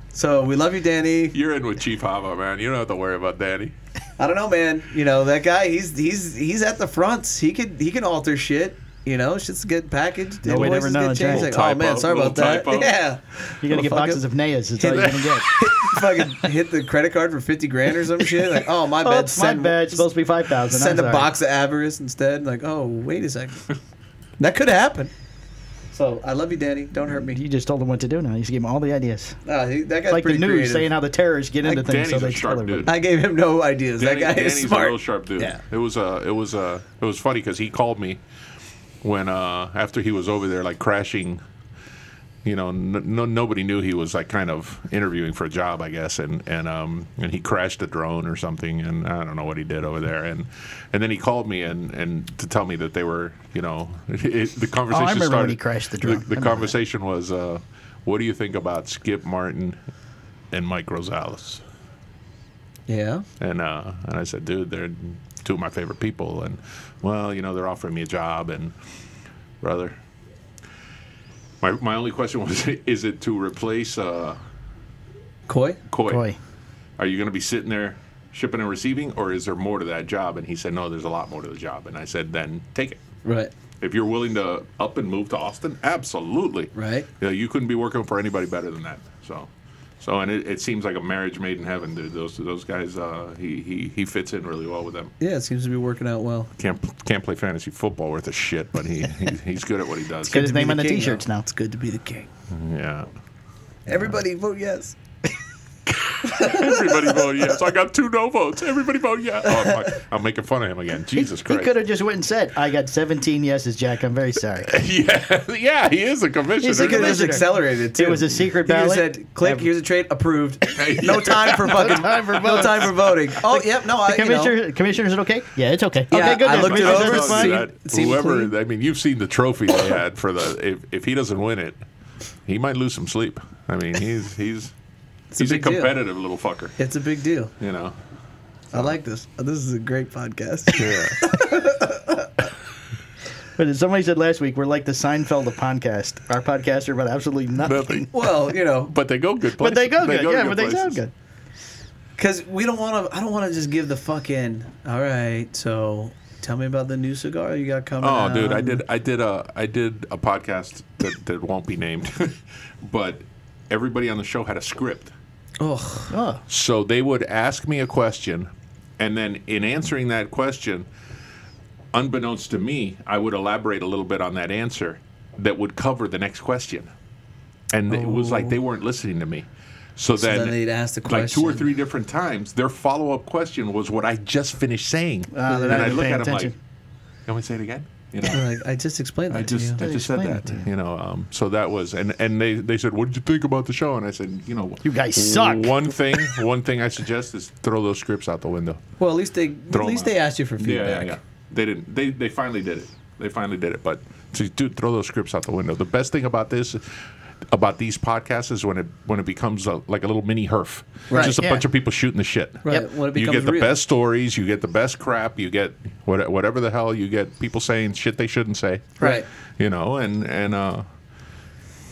Speaker 5: So we love you, Danny.
Speaker 4: You're in with Chief Hava, man. You don't have to worry about Danny.
Speaker 5: I don't know, man. You know that guy. He's he's he's at the fronts. He could he can alter shit. You know, shit's get packaged.
Speaker 3: No, we never
Speaker 5: invoices
Speaker 3: know,
Speaker 5: get changed.
Speaker 4: Little
Speaker 3: Jack.
Speaker 5: Like, oh man,
Speaker 4: typo,
Speaker 5: sorry about
Speaker 4: little
Speaker 5: that.
Speaker 4: typo.
Speaker 5: Yeah.
Speaker 3: You're gonna get
Speaker 5: Motherfucker.
Speaker 3: boxes of Nayas. That's all you're gonna get.
Speaker 5: Fucking hit the credit card for fifty grand or some shit. Like, oh my bad.
Speaker 3: Oh, it's my
Speaker 5: send-
Speaker 3: bad. It's supposed to be five thousand.
Speaker 5: send a box of avarice instead. Like, oh, wait a second. that could happen. So I love you, Danny. Don't hurt me.
Speaker 3: You just told him what to do now. You just gave him all the ideas.
Speaker 5: Uh, he- that guy's
Speaker 3: Like the
Speaker 5: pretty
Speaker 3: news
Speaker 5: creative.
Speaker 3: saying how the terrorists get into
Speaker 4: Danny's
Speaker 3: things so
Speaker 4: a
Speaker 3: they
Speaker 4: sharp
Speaker 3: kill everybody.
Speaker 4: dude.
Speaker 5: I gave him no ideas.
Speaker 4: Danny,
Speaker 5: that guy
Speaker 4: Danny's
Speaker 5: is smart.
Speaker 4: a real sharp dude.
Speaker 5: Yeah.
Speaker 4: It was uh, it was uh, it was funny because he called me when uh, after he was over there like crashing. You know, n- no nobody knew he was like kind of interviewing for a job, I guess, and and um and he crashed a drone or something, and I don't know what he did over there, and and then he called me and and to tell me that they were, you know, it, the conversation
Speaker 3: Oh, remember when
Speaker 4: started.
Speaker 3: he crashed the
Speaker 4: The,
Speaker 3: drone. I remember
Speaker 4: conversation was, uh, what do you think about Skip Martin and Mike Rosales?
Speaker 5: Yeah.
Speaker 4: And uh, and I said, dude, they're two of my favorite people, and well, you know, they're offering me a job, and brother, my my only question was, is it to replace uh,
Speaker 5: Coy.
Speaker 4: Coy?
Speaker 3: Boy,
Speaker 4: Are you going to be sitting there shipping and receiving, or is there more to that job? And he said, no, there's a lot more to the job. And I said, then take it.
Speaker 5: Right.
Speaker 4: If you're willing to up and move to Austin, absolutely.
Speaker 5: Right.
Speaker 4: You, know, you couldn't be working for anybody better than that. So, so and it, it seems like a marriage made in heaven, dude. Those those guys, uh, he, he he fits in really well with them.
Speaker 5: Yeah, it seems to be working out well.
Speaker 4: can't can't play fantasy football worth a shit, but he, he he's good at what he does.
Speaker 3: Get his
Speaker 5: to be
Speaker 3: name on the
Speaker 5: king, though.
Speaker 3: t-shirts now.
Speaker 5: It's good to be the king.
Speaker 4: Yeah.
Speaker 5: Everybody
Speaker 3: Uh,
Speaker 5: vote yes.
Speaker 4: Everybody vote yes. I got two no votes. Everybody vote yes. Oh, fuck. I'm making fun of him again. Jesus
Speaker 3: He
Speaker 4: Christ.
Speaker 3: could have just went and said, "I got 17 yeses, Jack. I'm very sorry."
Speaker 4: yeah, yeah, he is a commissioner.
Speaker 3: He's a
Speaker 5: It was
Speaker 3: commissioner.
Speaker 5: accelerated too.
Speaker 3: It was a secret
Speaker 5: He just
Speaker 3: ballot.
Speaker 5: said, "Click.
Speaker 3: Yeah.
Speaker 5: Here's a trade approved. No time for fucking. no time for, voting. Oh, yep. No, I. You
Speaker 3: Commissioner,
Speaker 5: know,
Speaker 3: commissioner, is it okay? Yeah, it's okay.
Speaker 5: Yeah,
Speaker 3: okay, good.
Speaker 5: I
Speaker 3: then.
Speaker 5: looked it
Speaker 3: Commissioner's
Speaker 5: over,
Speaker 3: just fine.
Speaker 5: see-
Speaker 4: That-
Speaker 5: seemed
Speaker 4: whoever,
Speaker 5: clean.
Speaker 4: I mean, you've seen the trophy they had for the. If, if he doesn't win it, he might lose some sleep. I mean, he's he's
Speaker 5: a
Speaker 4: he's a,
Speaker 5: big deal.
Speaker 4: competitive little fucker.
Speaker 5: it's a big deal.
Speaker 4: You know.
Speaker 5: I like this. This is a great podcast.
Speaker 4: Yeah.
Speaker 3: But as somebody said last week, we're like the Seinfeld of podcast. Our podcasts are about absolutely nothing.
Speaker 4: Nothing.
Speaker 5: well, you know,
Speaker 4: But they go good places.
Speaker 3: But they go good.
Speaker 4: to
Speaker 3: yeah, but they sound
Speaker 4: places.
Speaker 3: good.
Speaker 5: Because we don't want to. I don't want to just give the fucking. All right, so tell me about the new cigar you got coming.
Speaker 4: Oh,
Speaker 5: out."
Speaker 4: dude, I did, I did a, I did a podcast that, that won't be named, but everybody on the show had a script,
Speaker 5: Ugh.
Speaker 3: Oh,
Speaker 4: so they would ask me a question, and then in answering that question, unbeknownst to me, I would elaborate a little bit on that answer that would cover the next question, and it was like they weren't listening to me. So, then,
Speaker 5: then they'd ask the
Speaker 4: like two or
Speaker 5: question.
Speaker 4: three different times. Their follow up question was what I just finished saying,
Speaker 3: Ah, they're
Speaker 4: and
Speaker 3: not
Speaker 4: I
Speaker 3: even
Speaker 4: look
Speaker 3: paying
Speaker 4: at them like,
Speaker 3: attention.
Speaker 4: "Can we say it again?" You know.
Speaker 5: Like, I just explained that
Speaker 4: I just,
Speaker 5: to
Speaker 4: I
Speaker 5: you.
Speaker 4: just said
Speaker 3: explained it
Speaker 4: that,
Speaker 3: to you.
Speaker 4: you know. Um, so that was, and and they they said, "What did you think about the show?" And I said, "You know,
Speaker 3: You guys suck."
Speaker 4: One thing, one thing I suggest is throw those scripts out the window.
Speaker 5: Well, at least they.
Speaker 4: Throw
Speaker 5: at
Speaker 4: 'em
Speaker 5: least
Speaker 4: out.
Speaker 5: they asked you for feedback.
Speaker 4: Yeah, yeah, yeah. They didn't. They they finally did it. They finally did it. But to, dude, throw those scripts out the window. The best thing about this. About these podcasts is when it when it becomes a, like a little mini herf,
Speaker 3: Right,
Speaker 4: just a
Speaker 3: yeah.
Speaker 4: bunch of people shooting the shit.
Speaker 5: Right.
Speaker 3: Yep.
Speaker 5: When it
Speaker 4: You
Speaker 5: becomes
Speaker 4: get the
Speaker 5: real.
Speaker 4: best stories, you get the best crap, you get what, whatever the hell you get. People saying shit they shouldn't say,
Speaker 5: Right.
Speaker 4: You know, and and uh,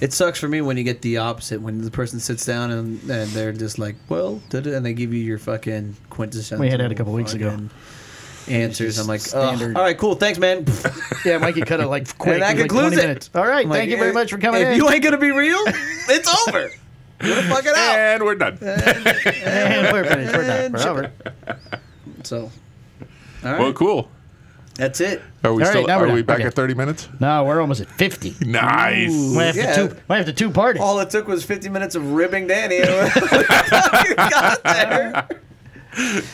Speaker 5: It sucks for me when you get the opposite when the person sits down and, and they're just like, well, da-da," and they give you your fucking quintessential.
Speaker 3: We had that a couple weeks ago.
Speaker 5: fucking Answers. I'm like, "Ugh,
Speaker 3: standard.
Speaker 5: all right, cool, thanks, man.
Speaker 3: yeah, Mikey cut it like quick.
Speaker 5: and that
Speaker 3: It was like
Speaker 5: concludes
Speaker 3: 20
Speaker 5: it.
Speaker 3: minutes. All right,
Speaker 5: I'm
Speaker 3: thank
Speaker 5: like,
Speaker 3: you very
Speaker 5: "If-
Speaker 3: much for coming
Speaker 5: if
Speaker 3: in.
Speaker 5: you ain't gonna be real, it's over. You're gonna fuck it out.
Speaker 4: and we're done.
Speaker 3: and we're finished. We're done. We're
Speaker 5: And-
Speaker 3: over.
Speaker 5: So, all right,
Speaker 4: Well, cool.
Speaker 5: that's it.
Speaker 4: Are we
Speaker 3: All right,
Speaker 4: still?
Speaker 3: now we're
Speaker 4: are we
Speaker 3: done.
Speaker 4: back
Speaker 3: Okay.
Speaker 4: at thirty minutes?
Speaker 3: No, we're almost at 50.
Speaker 4: Nice.
Speaker 3: Might have,
Speaker 5: Yeah.
Speaker 3: to two, might have to two parties.
Speaker 5: All it took was 50 minutes of ribbing Danny. and we got there.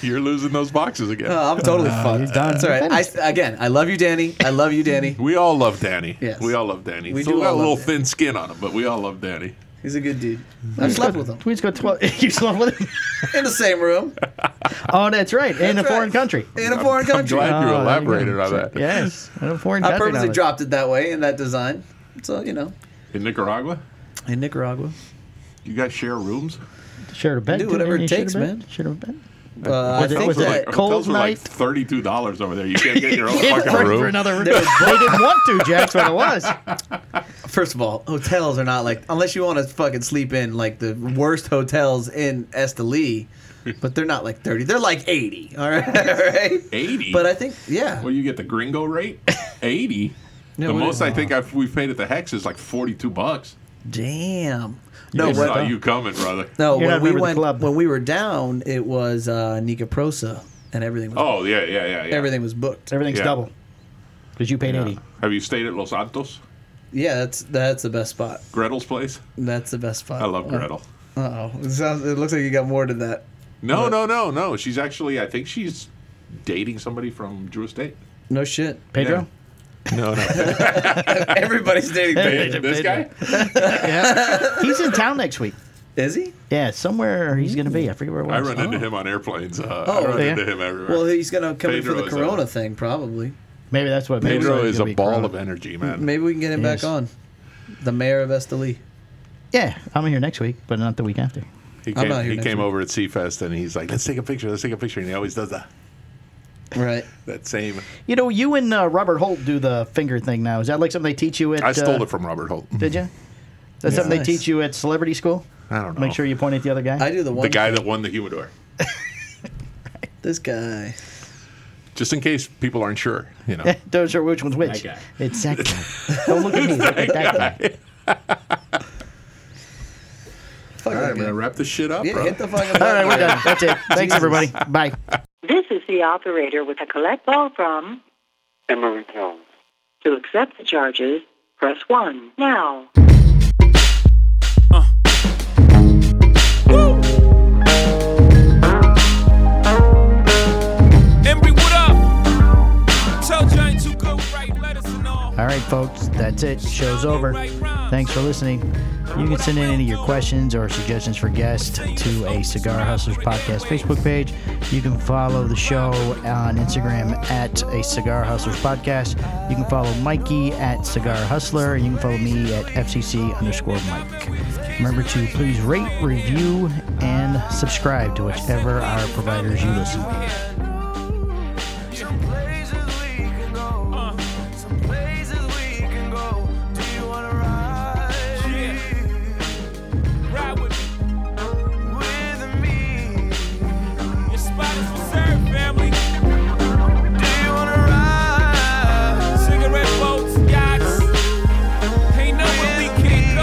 Speaker 4: You're losing those boxes again.
Speaker 5: Oh, I'm totally fucked.
Speaker 3: done.
Speaker 5: It's all right. I, again, I love you, Danny. I love you, Danny.
Speaker 4: we all love Danny.
Speaker 5: Yes.
Speaker 4: We all love Danny.
Speaker 5: We
Speaker 4: We
Speaker 5: do
Speaker 4: do got
Speaker 5: all
Speaker 4: a little
Speaker 5: love
Speaker 4: thin skin on him, but we all love Danny.
Speaker 5: He's a good dude. I slept with him
Speaker 3: We just got 12. you slept with him?
Speaker 5: in the same room
Speaker 3: Oh, that's right. in a
Speaker 5: That's
Speaker 3: foreign
Speaker 5: right.
Speaker 3: country.
Speaker 5: in a foreign country.
Speaker 3: Oh,
Speaker 4: glad-
Speaker 3: there
Speaker 4: You
Speaker 3: go.
Speaker 4: elaborated on that.
Speaker 3: Yes, in a foreign
Speaker 5: I
Speaker 3: country.
Speaker 5: purposely
Speaker 3: now.
Speaker 5: dropped it that way in that design. So you know, Uh,
Speaker 4: In Nicaragua,
Speaker 5: in Nicaragua,
Speaker 4: you guys share rooms.
Speaker 3: Share a bed.
Speaker 5: Do whatever
Speaker 3: didn't
Speaker 5: it
Speaker 3: you? Share
Speaker 5: takes,
Speaker 3: a bed?
Speaker 5: man.
Speaker 3: Share a bed.
Speaker 5: uh, I
Speaker 3: Was it-
Speaker 5: think
Speaker 3: was it
Speaker 5: that
Speaker 3: like- cold
Speaker 4: hotels were like
Speaker 3: night?
Speaker 4: thirty-two dollars over there. You can't get your own
Speaker 3: Yeah,
Speaker 4: fucking
Speaker 3: for-
Speaker 4: room.
Speaker 3: for another room. They, they didn't want to, Jack. That's what it was.
Speaker 5: First of all, hotels are not like unless you want to fucking sleep in like the worst hotels in Esteli, but they're not like thirty. They're like eighty. All right, all right.
Speaker 4: Eighty.
Speaker 5: But I think yeah.
Speaker 4: Well, you get the gringo rate. Eighty.
Speaker 5: Yeah,
Speaker 4: the
Speaker 5: what
Speaker 4: most
Speaker 5: is-
Speaker 4: I think I've, we've paid at the Hex is like forty-two bucks.
Speaker 5: Damn. No,
Speaker 4: I
Speaker 3: what-
Speaker 4: saw
Speaker 5: when,
Speaker 4: you coming, brother.
Speaker 5: no.
Speaker 3: You're not a
Speaker 5: When
Speaker 3: member
Speaker 5: we
Speaker 3: of the
Speaker 5: went
Speaker 3: club.
Speaker 5: when we were down, it was uh, Nika Prosa, and everything. Was,
Speaker 4: Oh yeah, yeah, yeah, yeah.
Speaker 5: everything was booked.
Speaker 3: Everything's
Speaker 4: Yeah.
Speaker 3: double. Because you paid
Speaker 4: Yeah.
Speaker 3: 80.
Speaker 4: Have you stayed at Los Altos?
Speaker 5: Yeah, that's that's the best spot.
Speaker 4: Gretel's place.
Speaker 5: That's the best spot.
Speaker 4: I love Gretel.
Speaker 5: Uh oh, it, sounds- it looks like you got more to that.
Speaker 4: No, no, no, no. She's actually, I think she's dating somebody from Drew Estate.
Speaker 5: No shit.
Speaker 3: Pedro?
Speaker 4: No, no.
Speaker 5: Everybody's dating. Pedro.
Speaker 4: this guy?
Speaker 3: Yeah. He's in town next week.
Speaker 5: Is he?
Speaker 3: Yeah, somewhere he's going to be. I forget where it was.
Speaker 4: I run into him on airplanes. Uh, I run
Speaker 3: yeah.
Speaker 4: into him everywhere.
Speaker 5: Well, he's gonna come in for
Speaker 4: Pedro
Speaker 5: the
Speaker 4: is a-
Speaker 5: Corona thing, probably.
Speaker 3: Maybe that's what maybe
Speaker 4: Pedro
Speaker 3: that's
Speaker 4: is a
Speaker 3: gonna be
Speaker 4: ball
Speaker 3: Corona.
Speaker 4: of energy, man.
Speaker 5: Maybe we can get him
Speaker 3: Yes.
Speaker 5: back on. The mayor of Esteli.
Speaker 3: Yeah, I'm here next week, but not the week after.
Speaker 4: He
Speaker 5: I'm
Speaker 4: came,
Speaker 5: not here
Speaker 4: he
Speaker 5: next
Speaker 4: came
Speaker 5: week.
Speaker 4: over at Seafest and he's like, let's take a picture, let's take a picture. And he always does that,
Speaker 5: Right.
Speaker 4: that same.
Speaker 3: You know, you and uh, Robert Holt do the finger thing now. Is that like something they teach you at?
Speaker 4: I stole
Speaker 3: uh,
Speaker 4: it from Robert Holt.
Speaker 3: Did you? That's something
Speaker 5: Nice.
Speaker 3: they teach you at celebrity school.
Speaker 4: I don't know.
Speaker 3: Make sure you point at the other guy.
Speaker 5: I do the one.
Speaker 4: The guy that won the humidor.
Speaker 5: This guy.
Speaker 4: Just in case people aren't sure, you know.
Speaker 3: Those are which one's which.
Speaker 4: That guy.
Speaker 3: It's that guy. Don't look at me. Look at that guy.
Speaker 5: Fuck
Speaker 4: All
Speaker 5: that
Speaker 4: right,
Speaker 5: guy.
Speaker 4: man, wrap this shit up,
Speaker 5: Yeah,
Speaker 4: bro.
Speaker 5: hit the fucking.
Speaker 3: All right, we're done. That's it. Thanks, everybody. Bye.
Speaker 2: This is the operator with a collect call from
Speaker 6: Emory Jones.
Speaker 2: to accept the charges. Press one now.
Speaker 7: Embry, what up? Told you I ain't too good with writing letters and all.
Speaker 3: All right, folks. That's it. Show's over. Thanks for listening. You can send in any of your questions or suggestions for guests to a Cigar Hustlers Podcast Facebook page. You can follow the show on Instagram at a Cigar Hustlers Podcast. You can follow Mikey at Cigar Hustler. And you can follow me at FCC underscore Mike. Remember to please rate, review, and subscribe to whichever our providers you listen to.
Speaker 7: Uh-huh. Some places we can go. Some places we can go. Do you wanna ride? Ride with me. With me. Your spot is reserved, family. Do you wanna ride? Cigarette boats, yachts. Ain't nowhere we can't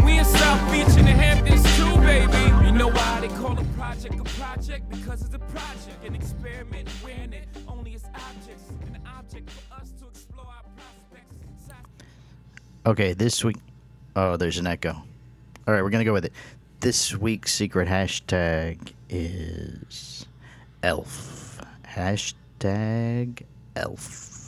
Speaker 7: go. We in South Beach in the Hamptons too, baby. You know why they call a project a project? Because it's a project, an experiment, wearing it only as objects, an object for us to explore our prospects.
Speaker 3: Okay, this week. Oh, there's an echo. All right, we're going to go with it. This week's secret hashtag is elf. Hashtag elf.